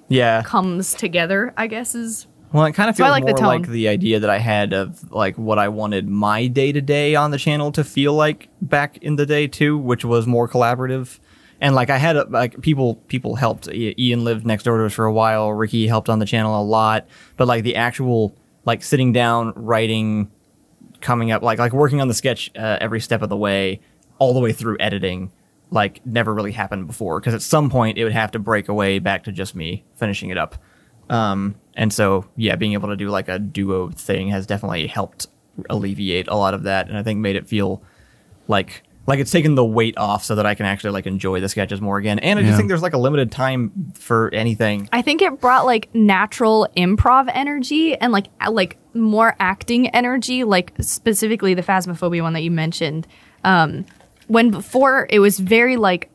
Speaker 1: Yeah.
Speaker 2: comes together, I guess is
Speaker 1: Well, it kind of
Speaker 2: So I
Speaker 1: feels
Speaker 2: like the
Speaker 1: more like
Speaker 2: tone.
Speaker 1: the idea that I had of like what I wanted my day to day on the channel to feel like back in the day too, which was more collaborative. And like I had uh, like people people helped. I- Ian lived next door to us for a while. Ricky helped on the channel a lot, but like the actual like sitting down writing coming up like like working on the sketch uh, every step of the way all the way through editing like never really happened before because at some point it would have to break away back to just me finishing it up um and so yeah being able to do like a duo thing has definitely helped alleviate a lot of that and i think made it feel like like it's taken the weight off so that i can actually like enjoy the sketches more again and i just
Speaker 3: Yeah.
Speaker 1: think there's like a limited time for anything
Speaker 2: I think it brought like natural improv energy and like a- like more acting energy, like specifically the phasmophobia one that you mentioned. Um, when before it was very like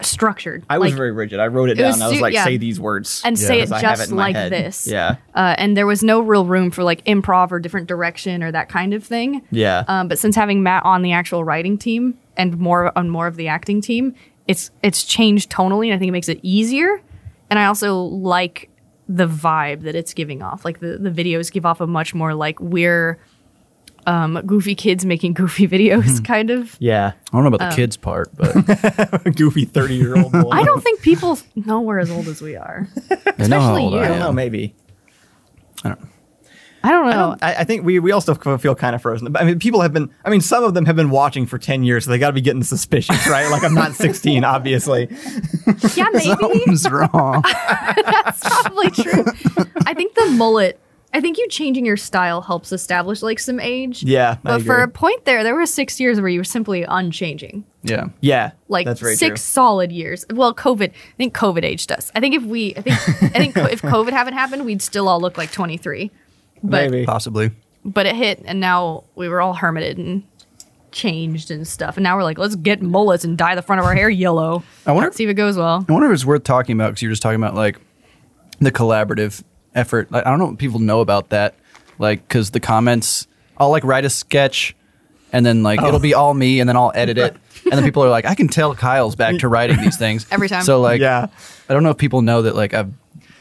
Speaker 2: structured.
Speaker 1: i was
Speaker 2: like,
Speaker 1: very rigid i wrote it
Speaker 2: It
Speaker 1: down
Speaker 2: was
Speaker 1: and i was
Speaker 2: su-
Speaker 1: like
Speaker 2: yeah.
Speaker 1: say these words
Speaker 2: and say it
Speaker 1: because I have
Speaker 2: just
Speaker 1: in my
Speaker 2: like
Speaker 1: head.
Speaker 2: this.
Speaker 1: yeah
Speaker 2: Uh, and there was no real room for like improv or different direction or that kind of thing.
Speaker 1: yeah
Speaker 2: Um, but since having Matt on the actual writing team and more on more of the acting team, it's it's changed tonally, and I think it makes it easier. And I also like the vibe that it's giving off. Like the the videos give off a much more like we're um, goofy kids making goofy videos kind of.
Speaker 1: yeah
Speaker 3: I don't know about the kids part, but
Speaker 1: goofy 30 year old boy.
Speaker 2: I don't think people know we're as old as we are.
Speaker 3: They know how
Speaker 2: Especially
Speaker 3: old
Speaker 2: you.
Speaker 3: I
Speaker 1: I don't
Speaker 3: am.
Speaker 1: know, maybe.
Speaker 3: I don't know.
Speaker 2: I don't know.
Speaker 1: Oh, I, I think we, we all still feel kind of frozen. But I mean, people have been, I mean, some of them have been watching for 10 years, so they got to be getting suspicious, right? Like, I'm not 16, obviously.
Speaker 2: yeah, maybe.
Speaker 3: Something's wrong.
Speaker 2: That's probably true. I think the mullet. I think you changing your style helps establish like some age.
Speaker 1: Yeah, I
Speaker 2: but for
Speaker 1: agree.
Speaker 2: a point there, there were six years where you were simply unchanging,
Speaker 3: Yeah.
Speaker 1: Yeah.
Speaker 2: like
Speaker 1: that's very
Speaker 2: six solid years. Well, COVID. I think COVID aged us. I think if we, I think, I think co- if COVID hadn't happened, we'd still all look like twenty three.
Speaker 1: true.
Speaker 2: But
Speaker 1: maybe.
Speaker 3: Possibly.
Speaker 2: but it hit, and now we were all hermited and changed and stuff. And now we're like, let's get mullets and dye the front of our hair yellow.
Speaker 3: I wonder-
Speaker 2: See if it goes well.
Speaker 3: I wonder if it's worth talking about because you're just talking about like the collaborative effort. Like, I don't know what people know about that. Like, because the comments, I'll like write a sketch and then like
Speaker 1: Oh.
Speaker 3: it'll be all me and then I'll edit it. and then people are like, I can tell Kyle's back to writing these things
Speaker 2: Every time.
Speaker 3: So, like,
Speaker 1: Yeah.
Speaker 3: I don't know if people know that like I've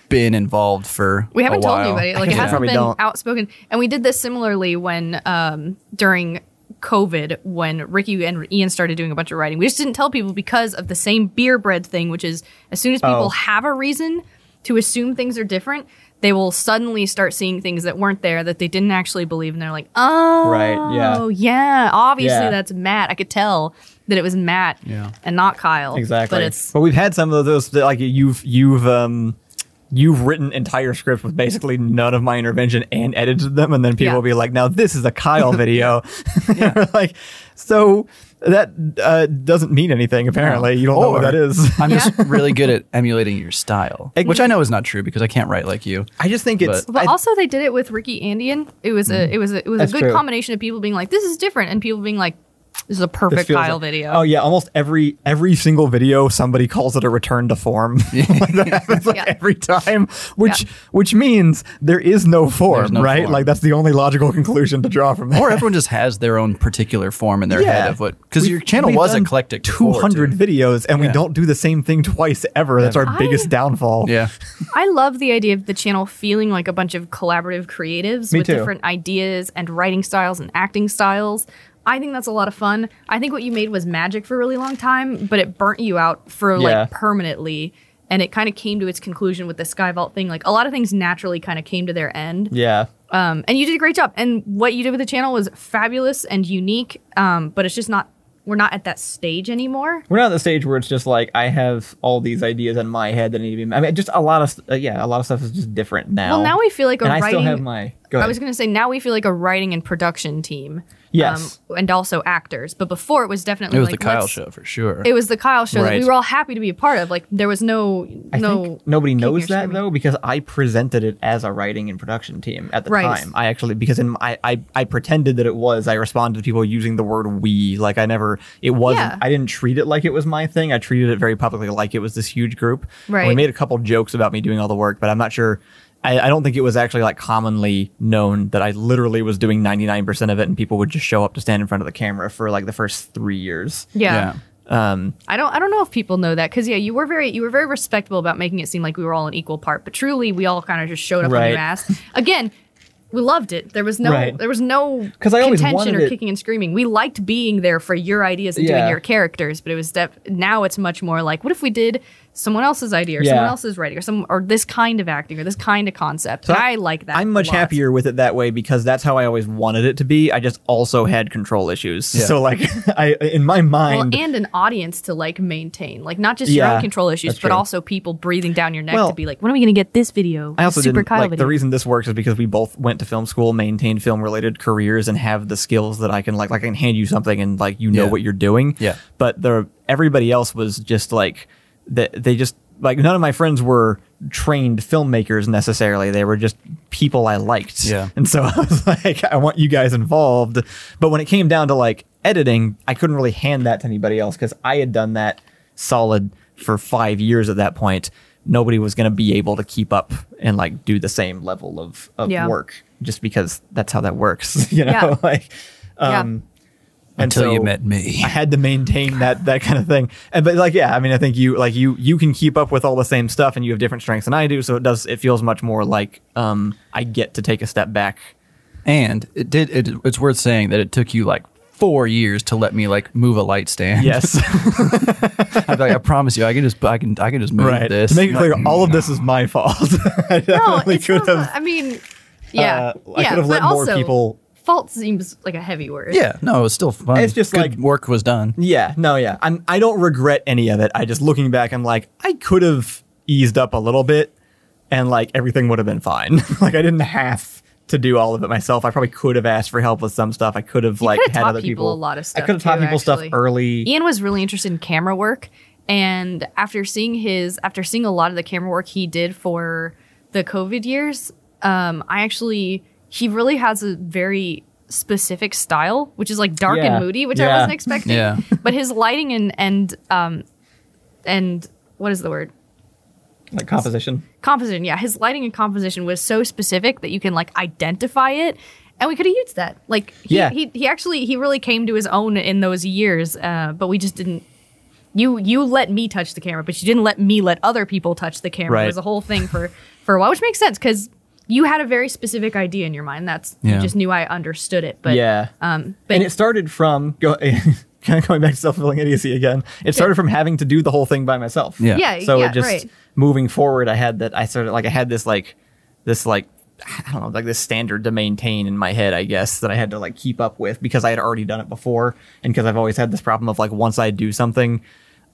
Speaker 3: been involved for
Speaker 2: We
Speaker 3: a
Speaker 2: haven't told
Speaker 3: while.
Speaker 2: anybody. Like it
Speaker 1: Yeah.
Speaker 2: hasn't
Speaker 1: Probably
Speaker 2: been
Speaker 1: don't.
Speaker 2: outspoken. And we did this similarly when um, during COVID when Ricky and Ian started doing a bunch of writing. We just didn't tell people because of the same beer bread thing, which is as soon as people
Speaker 1: Oh.
Speaker 2: have a reason to assume things are different, they will suddenly start seeing things that weren't there that they didn't actually believe, and they're like, "Oh,
Speaker 1: Right, yeah.
Speaker 2: yeah, obviously
Speaker 1: Yeah.
Speaker 2: that's Matt. I could tell that it was Matt,
Speaker 3: Yeah.
Speaker 2: and not Kyle.
Speaker 1: Exactly.
Speaker 2: but it's
Speaker 1: we've had some of those that like you've you've um you've written entire scripts with basically none of my intervention and edited them and then people
Speaker 2: Yeah.
Speaker 1: will be like now this is a Kyle video. like so that uh, doesn't mean anything apparently. You don't know what
Speaker 3: Or-
Speaker 1: that is.
Speaker 3: I'm just
Speaker 2: Yeah.
Speaker 3: really good at emulating your style, which I know is not true because I can't write like you.
Speaker 1: I just think it's
Speaker 2: But
Speaker 1: I- Mm.
Speaker 2: also, they did it with Ricky Andian. It was a it was a, it was a
Speaker 1: That's
Speaker 2: good
Speaker 1: true.
Speaker 2: combination of people being like, "This is different," and people being like, "This is a
Speaker 1: this
Speaker 2: perfect
Speaker 1: feels
Speaker 2: Kyle
Speaker 1: like-
Speaker 2: video."
Speaker 1: Oh yeah, almost every every single video somebody calls it a return to form. like that happens like
Speaker 2: Yeah.
Speaker 1: every time, which
Speaker 2: Yeah.
Speaker 1: which means there is no form,
Speaker 3: There's no
Speaker 1: right?
Speaker 3: form.
Speaker 1: Like that's the only logical conclusion to draw from that.
Speaker 3: Or everyone just has their own particular form in their head of what because
Speaker 1: We've-
Speaker 3: your channel
Speaker 1: we've
Speaker 3: was
Speaker 1: done
Speaker 3: eclectic. before, too.
Speaker 1: 200 videos and we
Speaker 3: Yeah.
Speaker 1: don't do the same thing twice ever. That's our
Speaker 2: Ever. I-
Speaker 1: biggest downfall.
Speaker 3: Yeah,
Speaker 2: I love the idea of the channel feeling like a bunch of collaborative creatives
Speaker 1: Me
Speaker 2: with
Speaker 1: too.
Speaker 2: different ideas and writing styles and acting styles. I think that's a lot of fun. I think what you made was magic for a really long time, but it burnt you out for
Speaker 1: Yeah.
Speaker 2: like permanently. And it kind of came to its conclusion with the Sky Vault thing. Like a lot of things naturally kind of came to their end.
Speaker 1: Yeah.
Speaker 2: Um, and you did a great job. And what you did with the channel was fabulous and unique. Um, but it's just not, we're not at that stage anymore.
Speaker 1: We're not at the stage where it's just like I have all these ideas in my head that need to be. I mean, just a lot of uh, yeah, a lot of stuff is just different now.
Speaker 2: Well, now we feel like a
Speaker 1: and I
Speaker 2: writing.
Speaker 1: still have my. Go ahead.
Speaker 2: I was going to say now we feel like a writing and production team.
Speaker 1: Yes.
Speaker 2: Um, and also actors. But before it was definitely
Speaker 3: it was
Speaker 2: like
Speaker 3: the Kyle
Speaker 2: let's-
Speaker 3: show for sure.
Speaker 2: It was the Kyle show that
Speaker 3: Right.
Speaker 2: we were all happy to be a part of. Like there was no
Speaker 1: I
Speaker 2: no
Speaker 1: think nobody
Speaker 2: kicking
Speaker 1: knows that
Speaker 2: or screaming.
Speaker 1: though because I presented it as a writing and production team at the
Speaker 2: Right.
Speaker 1: time. I actually because in I, I I pretended that it was. I responded to people using the word we. Like I never it wasn't.
Speaker 2: Yeah.
Speaker 1: I didn't treat it like it was my thing. I treated it very publicly like it was this huge group. And
Speaker 2: Right.
Speaker 1: we made a couple jokes about me doing all the work, but I'm not sure. I, I don't think it was actually like commonly known that I literally was doing 99% of it, and people would just show up to stand in front of the camera for like the first three years.
Speaker 2: Yeah.
Speaker 3: yeah.
Speaker 2: I don't I don't know if people know that because yeah, you were very you were very respectable about making it seem like we were all an equal part, but truly we all kind of just showed up when
Speaker 1: Right.
Speaker 2: you asked. Again, we loved it. There was no
Speaker 1: Right.
Speaker 2: there was no
Speaker 1: 'Cause I always
Speaker 2: contention
Speaker 1: wanted
Speaker 2: or
Speaker 1: it-
Speaker 2: kicking and screaming. We liked being there for your ideas and doing
Speaker 1: Yeah.
Speaker 2: your characters, but it was def- now it's much more like what if we did someone else's idea or
Speaker 1: Yeah.
Speaker 2: someone else's writing or some or this kind of acting or this kind of concept. And I, like that.
Speaker 1: I'm
Speaker 2: a
Speaker 1: much
Speaker 2: lot.
Speaker 1: happier with it that way because that's how I always wanted it to be. I just also had control issues.
Speaker 3: Yeah.
Speaker 1: So like I in my
Speaker 2: Well,
Speaker 1: mind
Speaker 2: and an audience to like maintain, like not just your
Speaker 1: Yeah,
Speaker 2: own control issues,
Speaker 1: that's
Speaker 2: but
Speaker 1: true.
Speaker 2: also people breathing down your neck
Speaker 1: Well,
Speaker 2: to be like, when are we going to get this video?
Speaker 1: I also
Speaker 2: Super
Speaker 1: didn't
Speaker 2: Kyle
Speaker 1: like
Speaker 2: video.
Speaker 1: the reason this works is because we both went to film school, maintained film related careers, and have the skills that I can like like I can hand you something and like you know
Speaker 3: Yeah.
Speaker 1: what you're doing.
Speaker 3: Yeah.
Speaker 1: But the everybody else was just like that they just like none of my friends were trained filmmakers necessarily. They were just people I liked.
Speaker 3: Yeah.
Speaker 1: And so I was like, I want you guys involved. But when it came down to like editing, I couldn't really hand that to anybody else because I had done that solid for five years at that point. Nobody was going to be able to keep up and like do the same level of, of
Speaker 2: Yeah.
Speaker 1: work just because that's how that works, you know?
Speaker 2: Yeah.
Speaker 1: like,
Speaker 2: Yeah.
Speaker 1: um, and
Speaker 3: Until you
Speaker 1: so-
Speaker 3: met me.
Speaker 1: I had to maintain that that kind of thing. And but like yeah, I mean I think you like you you can keep up with all the same stuff and you have different strengths than I do, so it does it feels much more like um I get to take a step back.
Speaker 3: And it did. It, it's worth saying that it took you like four years to let me like move a light stand.
Speaker 1: Yes.
Speaker 3: I'd be like, I promise you, I can just, I can, I can just move this.
Speaker 1: To make it
Speaker 3: Like,
Speaker 1: clear, all of this is my fault. I
Speaker 2: no,
Speaker 1: definitely
Speaker 2: it's
Speaker 1: could
Speaker 2: not-
Speaker 1: have
Speaker 2: I mean, yeah,
Speaker 1: Uh, I
Speaker 2: yeah,
Speaker 1: could have
Speaker 2: but
Speaker 1: let more
Speaker 2: also,
Speaker 1: people-
Speaker 2: Fault seems like a heavy word.
Speaker 3: yeah, no, it's still fun.
Speaker 1: It's just
Speaker 3: Good
Speaker 1: like-
Speaker 3: work was done.
Speaker 1: Yeah, no, yeah. I'm I don't regret any of it. I just looking back, I'm like, I could have eased up a little bit and like everything would have been fine. like I didn't have to do all of it myself. I probably could have asked for help with some stuff. I could have like
Speaker 2: could have
Speaker 1: had
Speaker 2: taught
Speaker 1: other
Speaker 2: people
Speaker 1: people
Speaker 2: a lot
Speaker 1: I
Speaker 2: of stuff,
Speaker 1: could have taught
Speaker 2: too,
Speaker 1: people
Speaker 2: actually.
Speaker 1: stuff early.
Speaker 2: Ian was really interested in camera work, and after seeing his, after seeing a lot of the camera work he did for the COVID years, um, I actually he really has a very specific style, which is like dark
Speaker 1: Yeah.
Speaker 2: and moody, which I
Speaker 1: Yeah.
Speaker 2: wasn't expecting.
Speaker 3: Yeah.
Speaker 2: But his lighting and and um, and what is the word?
Speaker 1: Like composition.
Speaker 2: composition yeah his lighting and composition was so specific that you can like identify it and we could have used that like he,
Speaker 1: Yeah.
Speaker 2: he, he actually he really came to his own in those years uh, but we just didn't you you let me touch the camera but you didn't let me let other people touch the camera
Speaker 1: Right.
Speaker 2: it was a whole thing for for a while which makes sense because you had a very specific idea in your mind that's
Speaker 3: Yeah.
Speaker 2: you just knew i understood it but
Speaker 1: yeah.
Speaker 2: um but
Speaker 1: and it started from go, kind of going back to self-fulfilling idiocy again. It started from having to do the whole thing by myself.
Speaker 3: Yeah.
Speaker 2: yeah
Speaker 1: so
Speaker 2: yeah,
Speaker 1: it just
Speaker 2: right.
Speaker 1: moving forward i had that i started like i had this like this like I don't know, like this standard to maintain in my head, I guess, that I had to like keep up with because I had already done it before and because I've always had this problem of like once I do something,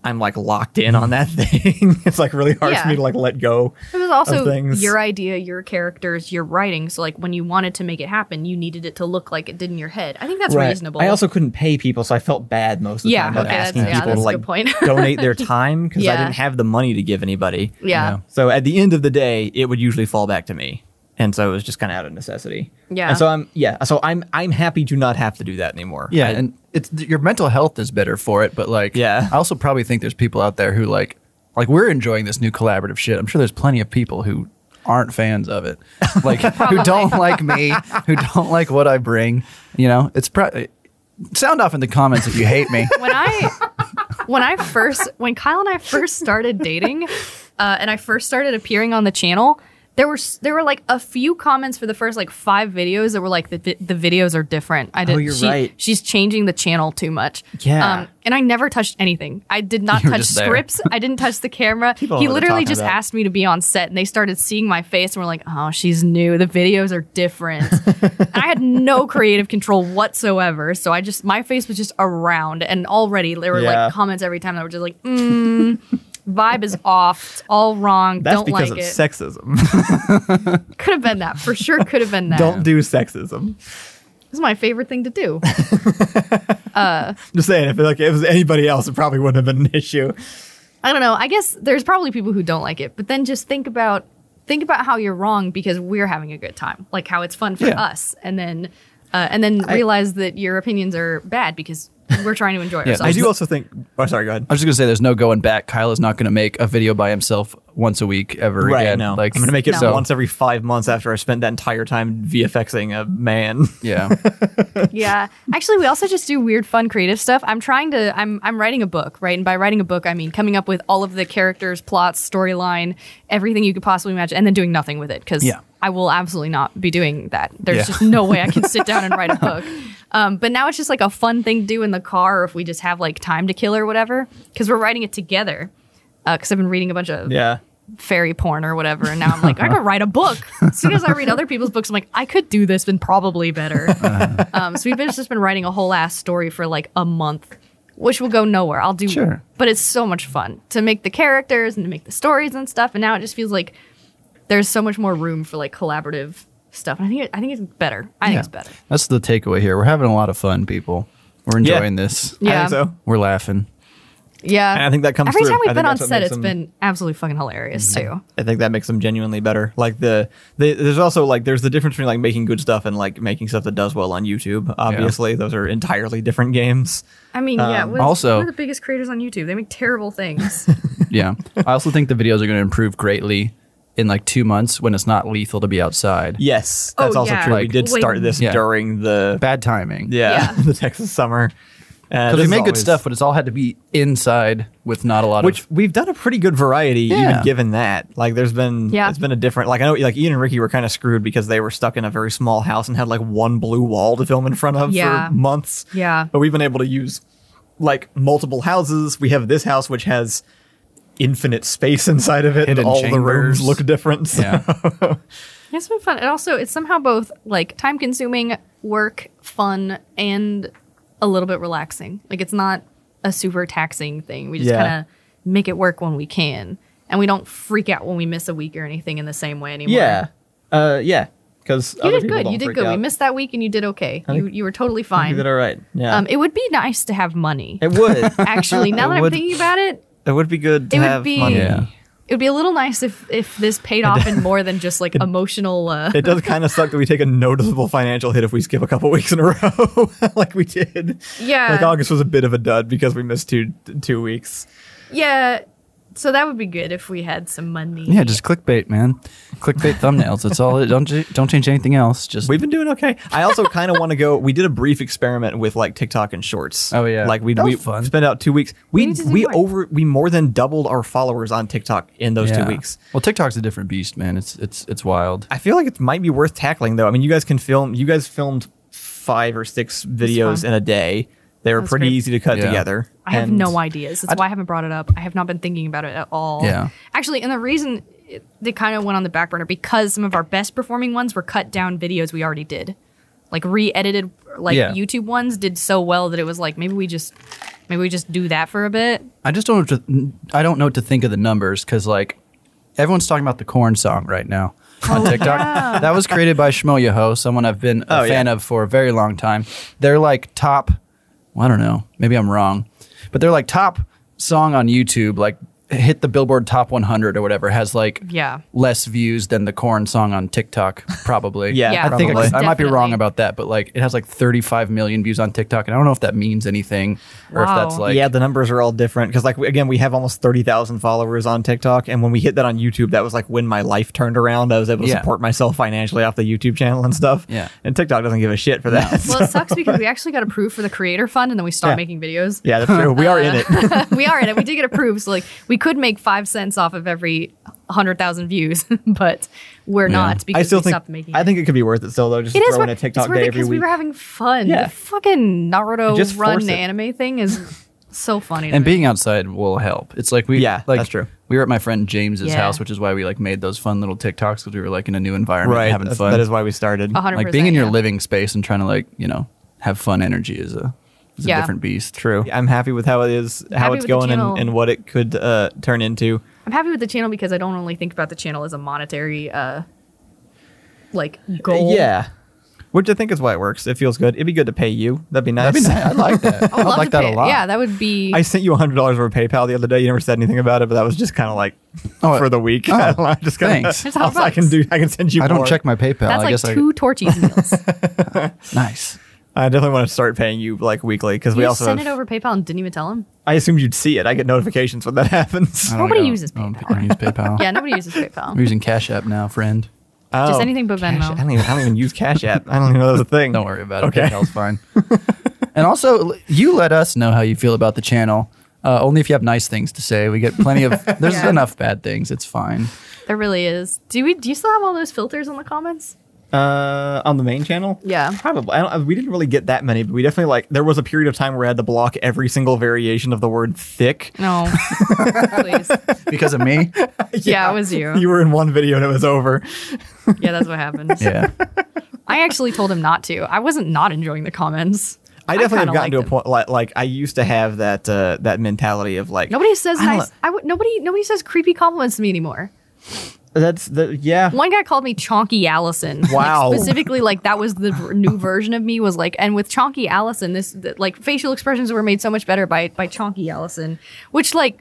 Speaker 1: I'm like locked in on that thing. it's like really hard
Speaker 2: Yeah.
Speaker 1: for me to like let go.
Speaker 2: It was
Speaker 1: of
Speaker 2: also
Speaker 1: things.
Speaker 2: your idea, your characters, your writing. So like when you wanted to make it happen, you needed it to look like it did in your head. I think that's reasonable.
Speaker 1: I also couldn't pay people, so I felt bad most of the
Speaker 2: Yeah,
Speaker 1: time about
Speaker 2: okay, that's-
Speaker 1: asking
Speaker 2: yeah,
Speaker 1: people
Speaker 2: that's
Speaker 1: to
Speaker 2: a
Speaker 1: like
Speaker 2: good point.
Speaker 1: donate their time because I
Speaker 2: Yeah.
Speaker 1: didn't have the money to give anybody.
Speaker 2: yeah.
Speaker 1: So at the end of the day, it would usually fall back to me. And so it was just kind of out of necessity.
Speaker 2: Yeah.
Speaker 1: And so I'm yeah. So I'm I'm happy to not have to do that anymore.
Speaker 3: Yeah,
Speaker 1: I-
Speaker 3: and it's your mental health is better for it, but like,
Speaker 1: Yeah.
Speaker 3: I also probably think there's people out there who like, like we're enjoying this new collaborative shit. I'm sure there's plenty of people who aren't fans of it, like who don't like me, who don't like what I bring. You know, it's probably sound off in the comments if you hate me.
Speaker 2: When I when I first when Kyle and I first started dating, uh, and I first started appearing on the channel, there were s- there were like a few comments for the first like five videos that were like the vi- the videos are different. I didn't.
Speaker 1: Oh, you're
Speaker 2: she-
Speaker 1: right.
Speaker 2: She's changing the channel too much. Um,
Speaker 1: Yeah.
Speaker 2: and I never touched anything. I did not
Speaker 3: You were
Speaker 2: touch
Speaker 3: just there.
Speaker 2: scripts. I didn't touch the camera.
Speaker 1: People
Speaker 2: he
Speaker 1: know what they're
Speaker 2: literally
Speaker 1: talking
Speaker 2: just
Speaker 1: about.
Speaker 2: asked me to be on set, and they started seeing my face, and were like, "Oh, she's new. The videos are different." I had no creative control whatsoever. So I just my face was just around, and already there were
Speaker 1: Yeah.
Speaker 2: like comments every time that were just like, mm, "Vibe is off. It's all wrong.
Speaker 1: that's
Speaker 2: don't
Speaker 1: because
Speaker 2: like
Speaker 1: of
Speaker 2: it."
Speaker 1: sexism.
Speaker 2: could have been that for sure. Could have been that.
Speaker 1: Don't do sexism.
Speaker 2: This is my favorite thing to do.
Speaker 1: Just saying, if like if it was anybody else, it probably wouldn't have been an issue.
Speaker 2: I don't know. I guess there's probably people who don't like it, but then just think about think about how you're wrong because we're having a good time, like how it's fun for
Speaker 3: Yeah.
Speaker 2: us, and then uh, and then realize that your opinions are bad because we're trying to enjoy
Speaker 3: Yeah,
Speaker 1: I
Speaker 2: ourselves.
Speaker 1: do also think. Oh, sorry. Go ahead.
Speaker 3: I'm just gonna say there's no going back. Kyle is not gonna make a video by himself once a week ever
Speaker 1: Right.
Speaker 3: again.
Speaker 1: No.
Speaker 3: Like
Speaker 1: I'm gonna make it
Speaker 2: No.
Speaker 3: so-
Speaker 1: once every five months after I spent that entire time VFXing a man.
Speaker 3: Yeah,
Speaker 2: yeah actually we also just do weird fun creative stuff i'm trying to i'm i'm writing a book right and by writing a book i mean coming up with all of the characters plots storyline everything you could possibly imagine and then doing nothing with it because
Speaker 3: Yeah.
Speaker 2: i will absolutely not be doing that there's
Speaker 3: Yeah.
Speaker 2: just no way i can sit down and write a book um, but now it's just like a fun thing to do in the car or if we just have like time to kill or whatever because we're writing it together because i've been reading a bunch of
Speaker 1: yeah.
Speaker 2: fairy porn or whatever. And now I'm like, I could write a book. As soon as I read other people's books, I'm like, I could do this, and probably better.
Speaker 1: Uh-huh.
Speaker 2: Um, so we've been, just been writing a whole ass story for like a month, which will go nowhere. I'll do,
Speaker 3: Sure.
Speaker 2: but it's so much fun to make the characters and to make the stories and stuff. And now it just feels like there's so much more room for like collaborative stuff. And I think it, I think it's better. I think
Speaker 3: Yeah.
Speaker 2: it's better.
Speaker 3: that's the takeaway here. We're having a lot of fun, people. We're
Speaker 1: Yeah.
Speaker 3: enjoying this.
Speaker 1: I
Speaker 2: Yeah.
Speaker 1: think so.
Speaker 3: We're laughing.
Speaker 2: Yeah,
Speaker 1: And I think that comes
Speaker 2: every
Speaker 1: through.
Speaker 2: time
Speaker 1: I
Speaker 2: we've
Speaker 1: think
Speaker 2: been on
Speaker 1: that's what
Speaker 2: set.
Speaker 1: makes
Speaker 2: It's
Speaker 1: them- Mm-hmm.
Speaker 2: been absolutely fucking hilarious too.
Speaker 1: I think that makes them genuinely better. Like the, the there's also like there's the difference between like making good stuff and like making stuff that does well on YouTube. Obviously, those are entirely different games.
Speaker 2: I mean, yeah.
Speaker 1: Um,
Speaker 2: What,
Speaker 3: also-
Speaker 2: what are the biggest creators on YouTube? They make terrible things.
Speaker 3: Yeah. I also think the videos are going to improve greatly in like two months when it's not lethal to be outside.
Speaker 1: Yes,
Speaker 2: Oh,
Speaker 1: that's also
Speaker 2: yeah.
Speaker 1: true. we
Speaker 3: Like-
Speaker 1: did start
Speaker 2: Wait.
Speaker 1: this
Speaker 3: Yeah.
Speaker 1: during the
Speaker 3: Bad timing.
Speaker 1: yeah,
Speaker 2: Yeah.
Speaker 1: the Texas summer. Uh,
Speaker 3: Because we make good stuff, but it's all had to be inside with not a lot
Speaker 1: which
Speaker 3: of.
Speaker 1: we've done a pretty good variety
Speaker 3: Yeah.
Speaker 1: even given that like there's been
Speaker 2: Yeah.
Speaker 1: it's been a different like i know like ian and ricky were kind of screwed because they were stuck in a very small house and had like one blue wall to film in front of
Speaker 2: Yeah.
Speaker 1: for months
Speaker 2: Yeah.
Speaker 1: but we've been able to use like multiple houses we have this house which has infinite space inside of it
Speaker 3: Hidden
Speaker 1: and all the
Speaker 3: chambers.
Speaker 1: rooms look different so-
Speaker 3: Yeah.
Speaker 2: It's been fun. It also it's somehow both like time consuming, work, fun, and a little bit relaxing. Like it's not a super taxing thing. We just
Speaker 1: Yeah.
Speaker 2: kind of make it work when we can, and we don't freak out when we miss a week or anything in the same way anymore.
Speaker 1: yeah uh yeah because
Speaker 2: you did good. You did good. We missed that week, and you did okay. You you were totally
Speaker 1: you
Speaker 2: fine.
Speaker 1: did all right yeah
Speaker 2: Um, it would be nice to have money.
Speaker 1: it would
Speaker 2: Actually, now that I'm
Speaker 1: would-
Speaker 2: thinking about it,
Speaker 1: it would be good to
Speaker 2: it
Speaker 1: have
Speaker 2: would be
Speaker 1: money
Speaker 3: Yeah.
Speaker 2: it would be a little nice if if this paid off in more than just like emotional. Uh,
Speaker 1: it does kind of suck that we take a noticeable financial hit if we skip a couple weeks in a row, like we did.
Speaker 2: Yeah.
Speaker 1: Like August was a bit of a dud because we missed two two weeks.
Speaker 2: yeah. So that would be good if we had some money.
Speaker 3: Yeah, just clickbait, man. Clickbait thumbnails. That's all. It, don't ch- don't change anything else. Just
Speaker 1: We've been doing okay. I also kind of want to go. We did a brief experiment with like TikTok and Shorts.
Speaker 3: Oh, yeah.
Speaker 1: like we
Speaker 3: That was
Speaker 1: we
Speaker 3: fun.
Speaker 1: spent out two weeks.
Speaker 2: We
Speaker 1: We
Speaker 2: need to
Speaker 1: we,
Speaker 2: do more.
Speaker 1: over we more than doubled our followers on TikTok in those
Speaker 3: Yeah.
Speaker 1: two weeks.
Speaker 3: Well, TikTok's a different beast, man. It's it's it's wild.
Speaker 1: I feel like it might be worth tackling though. I mean, you guys can film. You guys filmed five or six videos in
Speaker 2: fun.
Speaker 1: a day. They were
Speaker 2: That's
Speaker 1: pretty
Speaker 2: great.
Speaker 1: easy to cut
Speaker 3: Yeah.
Speaker 1: together.
Speaker 2: I have
Speaker 1: And
Speaker 2: no ideas. That's why I haven't brought it up. I have not been thinking about it at all.
Speaker 3: Yeah.
Speaker 2: Actually, and the reason it, they kind of went on the back burner because some of our best performing ones were cut down videos we already did. Like re-edited like
Speaker 3: Yeah.
Speaker 2: YouTube ones did so well that it was like maybe we just maybe we just do that for a bit.
Speaker 3: I just don't know what to, I don't know what to think of the numbers because like everyone's talking about the corn song right now
Speaker 2: Oh,
Speaker 3: on TikTok. That was created by Shmo Yaho, someone I've been a
Speaker 1: Oh, yeah.
Speaker 3: fan of for a very long time. They're like top. Well, I don't know. Maybe I'm wrong, but they're like top song on YouTube. Like hit the Billboard Top 100 or whatever has like
Speaker 2: Yeah.
Speaker 3: less views than the corn song on TikTok probably.
Speaker 1: Yeah,
Speaker 2: Yeah,
Speaker 3: I think I,
Speaker 2: probably.
Speaker 3: I might be wrong
Speaker 2: Definitely.
Speaker 3: about that, but like it has like 35 million views on TikTok, and I don't know if that means anything or if
Speaker 2: Wow.
Speaker 3: that's like
Speaker 1: yeah, the numbers are all different because, like, we- again, we have almost thirty thousand followers on TikTok, and when we hit that on YouTube, that was like when my life turned around. I was able to
Speaker 3: Yeah.
Speaker 1: support myself financially off the YouTube channel and stuff.
Speaker 3: Yeah.
Speaker 1: and TikTok doesn't give a shit for that. so-
Speaker 2: Well, it sucks because we actually got approved for the creator fund and then we stopped
Speaker 1: Yeah.
Speaker 2: making videos.
Speaker 1: yeah, that's true. We are in it.
Speaker 2: we are in it. We did get approved, so like we could make five cents off of every hundred thousand views, but we're not because
Speaker 1: I still
Speaker 2: we
Speaker 1: think
Speaker 2: stopped making.
Speaker 1: I think it could be worth it still though. Just
Speaker 2: it is
Speaker 1: throw in
Speaker 2: wor-
Speaker 1: a TikTok
Speaker 2: it's worth
Speaker 1: day
Speaker 2: it
Speaker 1: every
Speaker 2: because we
Speaker 1: week.
Speaker 2: were having fun.
Speaker 1: Yeah.
Speaker 2: The fucking Naruto
Speaker 1: Just force
Speaker 2: run
Speaker 1: it.
Speaker 2: anime thing is so funny. to
Speaker 3: and
Speaker 2: me.
Speaker 3: being outside will help. It's like we
Speaker 1: Yeah,
Speaker 3: like,
Speaker 1: that's true.
Speaker 3: We were at my friend James's
Speaker 2: Yeah.
Speaker 3: house, which is why we like made those fun little TikToks because we were like in a new environment,
Speaker 1: right,
Speaker 3: having
Speaker 1: that's-
Speaker 3: fun.
Speaker 1: That is why we started.
Speaker 2: A hundred
Speaker 3: like being in your
Speaker 2: yeah.
Speaker 3: living space and trying to like you know have fun energy is a is
Speaker 2: Yeah.
Speaker 3: a different beast.
Speaker 1: True. I'm happy with how it is, how
Speaker 2: Happy
Speaker 1: it's
Speaker 2: with the
Speaker 1: going,
Speaker 2: channel.
Speaker 1: and, and what it could uh, turn into.
Speaker 2: I'm happy with the channel because I don't only think about the channel as a monetary, uh, like goal.
Speaker 1: Yeah. Which I think is why it works. It feels good. It'd be good to pay you. That'd be nice.
Speaker 3: That'd be nice. I like that.
Speaker 2: I would love
Speaker 3: like
Speaker 2: to
Speaker 3: that
Speaker 2: pay-
Speaker 3: a lot.
Speaker 2: Yeah, that would be.
Speaker 1: I sent you $100 over PayPal the other day. You never said anything about it, but that was just kind of like
Speaker 3: Oh,
Speaker 1: for the week. I don't know. I just kinda,
Speaker 3: thanks.
Speaker 2: It's
Speaker 1: I, was like, I
Speaker 2: $100.
Speaker 1: can do. I can send you.
Speaker 3: I don't
Speaker 1: more.
Speaker 3: check my PayPal.
Speaker 2: that's
Speaker 3: I
Speaker 2: like
Speaker 3: guess
Speaker 2: two Torchies meals.
Speaker 3: I nice.
Speaker 1: I definitely want to start paying you like weekly because we
Speaker 2: you
Speaker 1: also.
Speaker 2: sent
Speaker 1: have-
Speaker 2: it over PayPal and didn't even tell him.
Speaker 1: I assumed you'd see it. I get notifications when that happens.
Speaker 3: I don't-
Speaker 2: Nobody
Speaker 3: I don't-
Speaker 2: uses
Speaker 3: I don't
Speaker 2: PayPal.
Speaker 3: think I use PayPal.
Speaker 2: Yeah, nobody uses
Speaker 3: I'm
Speaker 2: PayPal.
Speaker 3: using Cash App now, friend.
Speaker 1: Oh.
Speaker 2: Just anything but
Speaker 1: Cash-
Speaker 2: Venmo.
Speaker 1: I don't, even, I don't even use Cash App. I don't even know that's a thing.
Speaker 3: Don't worry about it.
Speaker 1: Okay.
Speaker 3: PayPal's fine. and also, l- you let us know how you feel about the channel. Uh, only if you have nice things to say. We get plenty of. There's
Speaker 2: Yeah.
Speaker 3: enough bad things. It's fine.
Speaker 2: There really is. Do we? Do you still have all those filters on the comments?
Speaker 1: Uh, on the main channel,
Speaker 2: Yeah.
Speaker 1: probably. I don't, uh, we didn't really get that many, but we definitely like. There was a period of time where I had to block every single variation of the word "thick."
Speaker 2: No. Please.
Speaker 3: because of me.
Speaker 2: Yeah, it was you.
Speaker 1: You were in one video and it was over.
Speaker 2: Yeah, that's what happened.
Speaker 3: Yeah.
Speaker 2: I actually told him not to. I wasn't not enjoying the comments.
Speaker 1: I definitely
Speaker 2: kinda
Speaker 1: have gotten
Speaker 2: liked
Speaker 1: to a
Speaker 2: them.
Speaker 1: point like like I used to have that uh, that mentality of like
Speaker 2: Nobody says
Speaker 1: I don't
Speaker 2: nice. I would nobody. Nobody says creepy compliments to me anymore.
Speaker 1: That's the yeah.
Speaker 2: One guy called me Chonky Allison. Like,
Speaker 1: Wow.
Speaker 2: specifically, like that was the v- new version of me was like, and with Chonky Allison, this th- like facial expressions were made so much better by by Chonky Allison, which like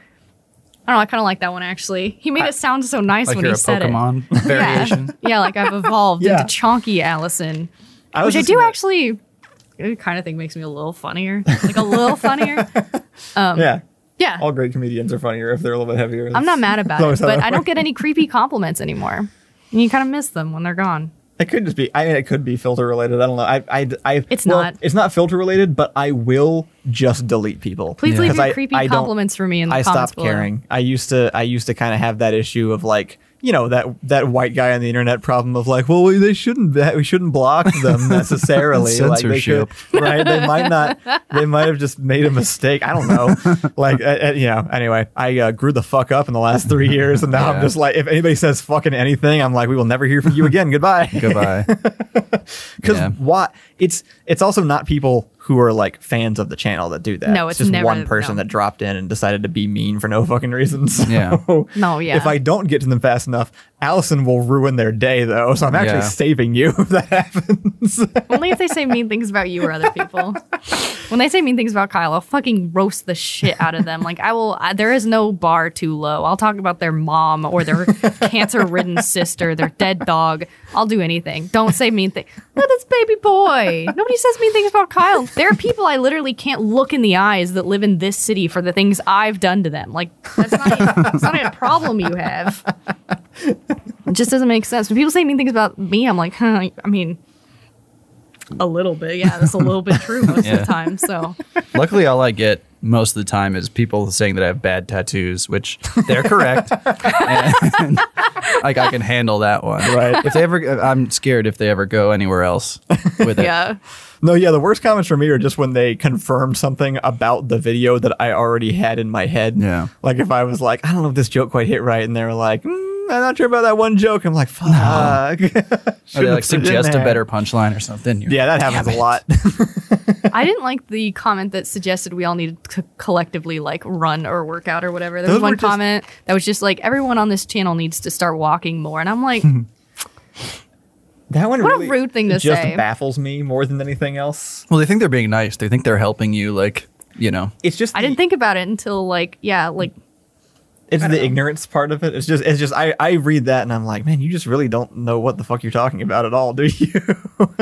Speaker 2: I don't know. I kind of like that one actually. He made it sound so nice
Speaker 3: Like
Speaker 2: when
Speaker 3: you're
Speaker 2: he
Speaker 3: a
Speaker 2: said it.
Speaker 3: Pokemon variation.
Speaker 2: Yeah, like I've evolved
Speaker 1: Yeah.
Speaker 2: into Chonky Allison,
Speaker 1: I was
Speaker 2: which I
Speaker 1: just
Speaker 2: do
Speaker 1: gonna-
Speaker 2: actually kind of think makes me a little funnier, like a little funnier.
Speaker 1: yeah.
Speaker 2: Yeah,
Speaker 1: All great comedians are funnier if they're a little bit heavier.
Speaker 2: um, I'm not mad about
Speaker 1: Always
Speaker 2: it,
Speaker 1: how
Speaker 2: but
Speaker 1: that
Speaker 2: I don't get any creepy compliments anymore. And you kind of miss them when they're gone.
Speaker 1: It could just be. I mean, it could be filter related. I don't know. I, I, I
Speaker 2: It's
Speaker 1: well,
Speaker 2: not.
Speaker 1: It's not filter related, but I will just delete people.
Speaker 2: Please leave
Speaker 1: 'Cause
Speaker 2: your
Speaker 1: I-
Speaker 2: creepy
Speaker 1: I don't-
Speaker 2: compliments for me in the
Speaker 1: I
Speaker 2: comments
Speaker 1: stopped
Speaker 2: below.
Speaker 1: caring. I used to I used to kind of have that issue of like you know that that white guy on the internet problem of like well we- they shouldn't be- we shouldn't block them necessarily like they could,
Speaker 3: Censorship.
Speaker 1: right they might not they might have just made a mistake I don't know like uh, uh, you know anyway I uh, grew the fuck up in the last three years and now I'm
Speaker 3: Yeah.
Speaker 1: just like if anybody says fucking anything I'm like we will never hear from you again goodbye
Speaker 3: Goodbye.
Speaker 1: because
Speaker 3: Yeah.
Speaker 1: why? It's it's also not people who are like fans of the channel that do that.
Speaker 2: No, it's
Speaker 1: just
Speaker 2: never-
Speaker 1: one person
Speaker 2: no.
Speaker 1: that dropped in and decided to be mean for no fucking reason. So,
Speaker 3: Yeah.
Speaker 2: No, Oh, yeah.
Speaker 1: If I don't get to them fast enough, Allison will ruin their day though. So I'm actually
Speaker 3: Yeah.
Speaker 1: saving you if that happens.
Speaker 2: Only if they say mean things about you or other people. when they say mean things about Kyle, I'll fucking roast the shit out of them. Like I will. I, there is no bar too low. I'll talk about their mom or their cancer-ridden sister, their dead dog. I'll do anything. Don't say mean things. Look at this baby boy. Nobody says mean things about Kyle. There are people I literally can't look in the eyes that live in this city for the things I've done to them. Like that's not. even- That's not even a problem you have. It just doesn't make sense. When people say mean things about me, I'm like, huh, I mean, a little bit. Yeah, that's a little bit true most
Speaker 3: Yeah.
Speaker 2: of the time. So
Speaker 3: Luckily, all I get most of the time is people saying that I have bad tattoos, which they're correct. and, like I can handle that one.
Speaker 1: Right.
Speaker 3: If they ever, I'm scared if they ever go anywhere else with it.
Speaker 2: Yeah.
Speaker 1: No, yeah, the worst comments from me are just when they confirm something about the video that I already had in my head.
Speaker 3: Yeah.
Speaker 1: Like if I was like, I don't know if this joke quite hit right, and they were like, "Mm, I'm not sure about that one joke. I'm like, fuck.
Speaker 3: Or they
Speaker 1: Should've
Speaker 3: like
Speaker 1: put it in
Speaker 3: suggest a
Speaker 1: there.
Speaker 3: better punchline or something. You're-
Speaker 1: Yeah, that happens a lot.
Speaker 2: I didn't like the comment that suggested we all needed to collectively like run or work out or whatever. There
Speaker 1: Those
Speaker 2: was one
Speaker 1: were just-
Speaker 2: comment that was just like everyone on this channel needs to start walking more, and I'm like,
Speaker 1: that one
Speaker 2: What a
Speaker 1: really
Speaker 2: rude thing to
Speaker 1: just
Speaker 2: say.
Speaker 1: baffles me more than anything else.
Speaker 3: Well, they think they're being nice. They think they're helping you. Like you know.
Speaker 1: It's just
Speaker 2: I
Speaker 1: the-
Speaker 2: didn't think about it until like yeah, like
Speaker 1: It's the ignorance part of it. It's just, it's just. I, I read that and I'm like, man, you just really don't know what the fuck you're talking about at all, do you?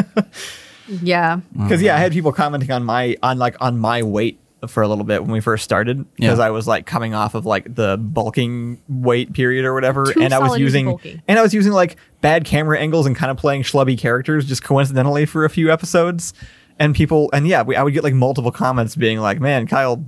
Speaker 2: yeah,
Speaker 1: Because yeah, I had people commenting on my on like on my weight for a little bit when we first started because
Speaker 3: Yeah.
Speaker 1: I was like coming off of like the bulking weight period or whatever,
Speaker 2: Too
Speaker 1: and I was
Speaker 2: solid is
Speaker 1: using
Speaker 2: bulky.
Speaker 1: and I was using like bad camera angles and kind of playing schlubby characters just coincidentally for a few episodes, and people and yeah, we, I would get like multiple comments being like, "Man, Kyle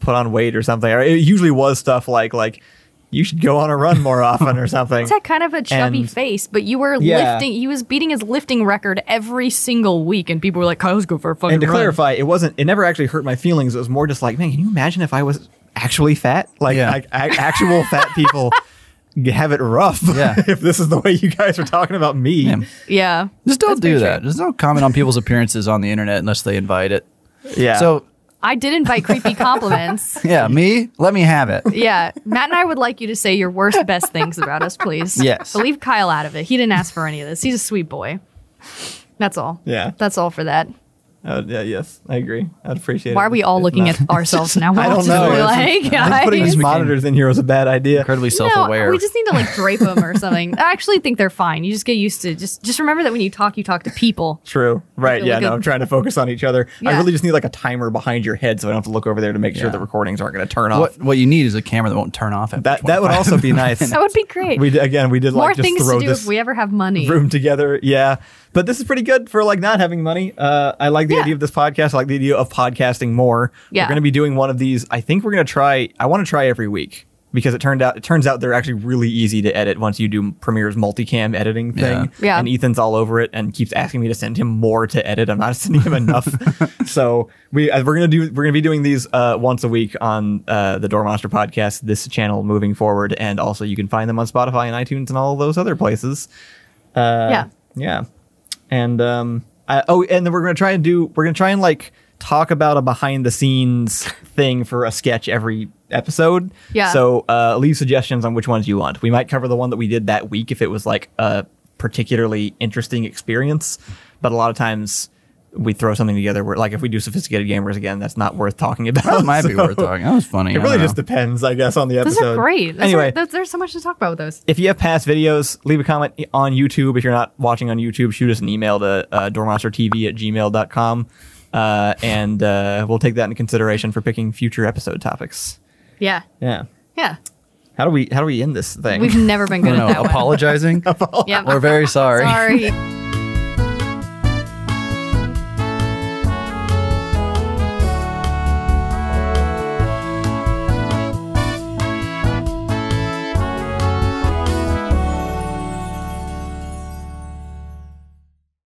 Speaker 1: put on weight or something." Or it usually was stuff like like you should go on a run more often or something.
Speaker 2: It's had kind of a chubby
Speaker 1: And-
Speaker 2: face, but you were
Speaker 1: Yeah.
Speaker 2: lifting. He was beating his lifting record every single week, and people were like, "Kyle's go for a fucking
Speaker 1: and to
Speaker 2: run."
Speaker 1: clarify, it wasn't. It never actually hurt my feelings. It was more just like, man, can you imagine if I was actually fat? Like,
Speaker 3: Yeah.
Speaker 1: like a- actual fat people have it rough.
Speaker 3: Yeah.
Speaker 1: if this is the way you guys are talking about me,
Speaker 3: Yeah.
Speaker 2: yeah,
Speaker 3: Just don't
Speaker 2: pretty
Speaker 3: do that. Just don't comment on people's appearances on the internet unless they invite it.
Speaker 1: yeah.
Speaker 3: So
Speaker 2: I did invite creepy compliments.
Speaker 3: yeah, me, let me have it.
Speaker 2: Yeah, Matt and I would like you to say your worst, best things about us, please.
Speaker 3: Yes.
Speaker 2: but leave Kyle out of it. He didn't ask for any of this. He's a sweet boy. That's all.
Speaker 1: Yeah.
Speaker 2: that's all for that.
Speaker 1: Uh, yeah, yes, I agree. I'd appreciate it.
Speaker 2: Why are we
Speaker 1: if-
Speaker 2: all
Speaker 1: if
Speaker 2: looking
Speaker 1: not.
Speaker 2: at ourselves now? We're
Speaker 1: I
Speaker 2: all
Speaker 1: don't
Speaker 2: just
Speaker 1: know.
Speaker 2: really
Speaker 1: That's-
Speaker 2: like,
Speaker 1: I think putting
Speaker 2: guys.
Speaker 1: these monitors in here was a bad idea.
Speaker 3: Incredibly self-aware.
Speaker 2: No, we just need to like drape them or something. I actually think they're fine. You just get used to just just remember that when you talk, you talk to people.
Speaker 1: True. Right.
Speaker 2: feel
Speaker 1: Yeah.
Speaker 2: like
Speaker 1: no,
Speaker 2: a-
Speaker 1: I'm trying to focus on each other. I
Speaker 2: Yeah.
Speaker 1: really just need like a timer behind your head so I don't have to look over there to make sure
Speaker 3: Yeah.
Speaker 1: the recordings aren't going to turn off.
Speaker 3: what what you need is a camera that won't turn off. After
Speaker 1: That that would
Speaker 3: 25
Speaker 1: also be nice.
Speaker 2: That would be great.
Speaker 1: we d- again we did
Speaker 2: More
Speaker 1: like just
Speaker 2: things
Speaker 1: throw
Speaker 2: to do
Speaker 1: this
Speaker 2: if we ever have money.
Speaker 1: room together. Yeah. But this is pretty good for like not having money. Uh, I like the
Speaker 2: Yeah.
Speaker 1: idea of this podcast. I like the idea of podcasting more.
Speaker 2: Yeah.
Speaker 1: We're going to be doing one of these. I think we're going to try, I want to try every week because it turned out, it turns out they're actually really easy to edit once you do Premiere's multicam editing thing.
Speaker 3: Yeah.
Speaker 2: Yeah.
Speaker 1: And Ethan's all over it and keeps asking me to send him more to edit. I'm not sending him enough. so we, uh, we're going to do, we're going to be doing these uh, once a week on uh, the Door Monster podcast, this channel moving forward. And also you can find them on Spotify and iTunes and all those other places. Uh,
Speaker 2: Yeah.
Speaker 1: yeah and um I, oh and then we're gonna try and do we're gonna try and like talk about a behind the scenes thing for a sketch every episode
Speaker 2: Yeah.
Speaker 1: so uh leave suggestions on which ones you want we might cover the one that we did that week if it was like a particularly interesting experience but a lot of times we throw something together where like if we do sophisticated gamers again that's not worth talking about
Speaker 3: That might be
Speaker 1: So
Speaker 3: worth talking. That was funny.
Speaker 1: it
Speaker 3: I
Speaker 1: really
Speaker 3: don't
Speaker 1: just
Speaker 3: know.
Speaker 1: depends i guess on the
Speaker 2: Those
Speaker 1: episode
Speaker 2: are great. That's
Speaker 1: anyway
Speaker 2: what- that's- there's so much to talk about with those.
Speaker 1: if you have past videos, leave a comment on YouTube. If you're not watching on YouTube, shoot us an email to uh, dormonstertv at gmail.com. Uh, and uh, we'll take that into consideration for picking future episode topics.
Speaker 2: Yeah.
Speaker 1: Yeah.
Speaker 2: Yeah.
Speaker 1: How do we how do we end this thing?
Speaker 2: We've never been
Speaker 3: I
Speaker 2: good
Speaker 3: don't
Speaker 2: at
Speaker 3: know.
Speaker 2: that one.
Speaker 3: Apologizing.
Speaker 2: Yeah.
Speaker 3: We're very
Speaker 2: Sorry.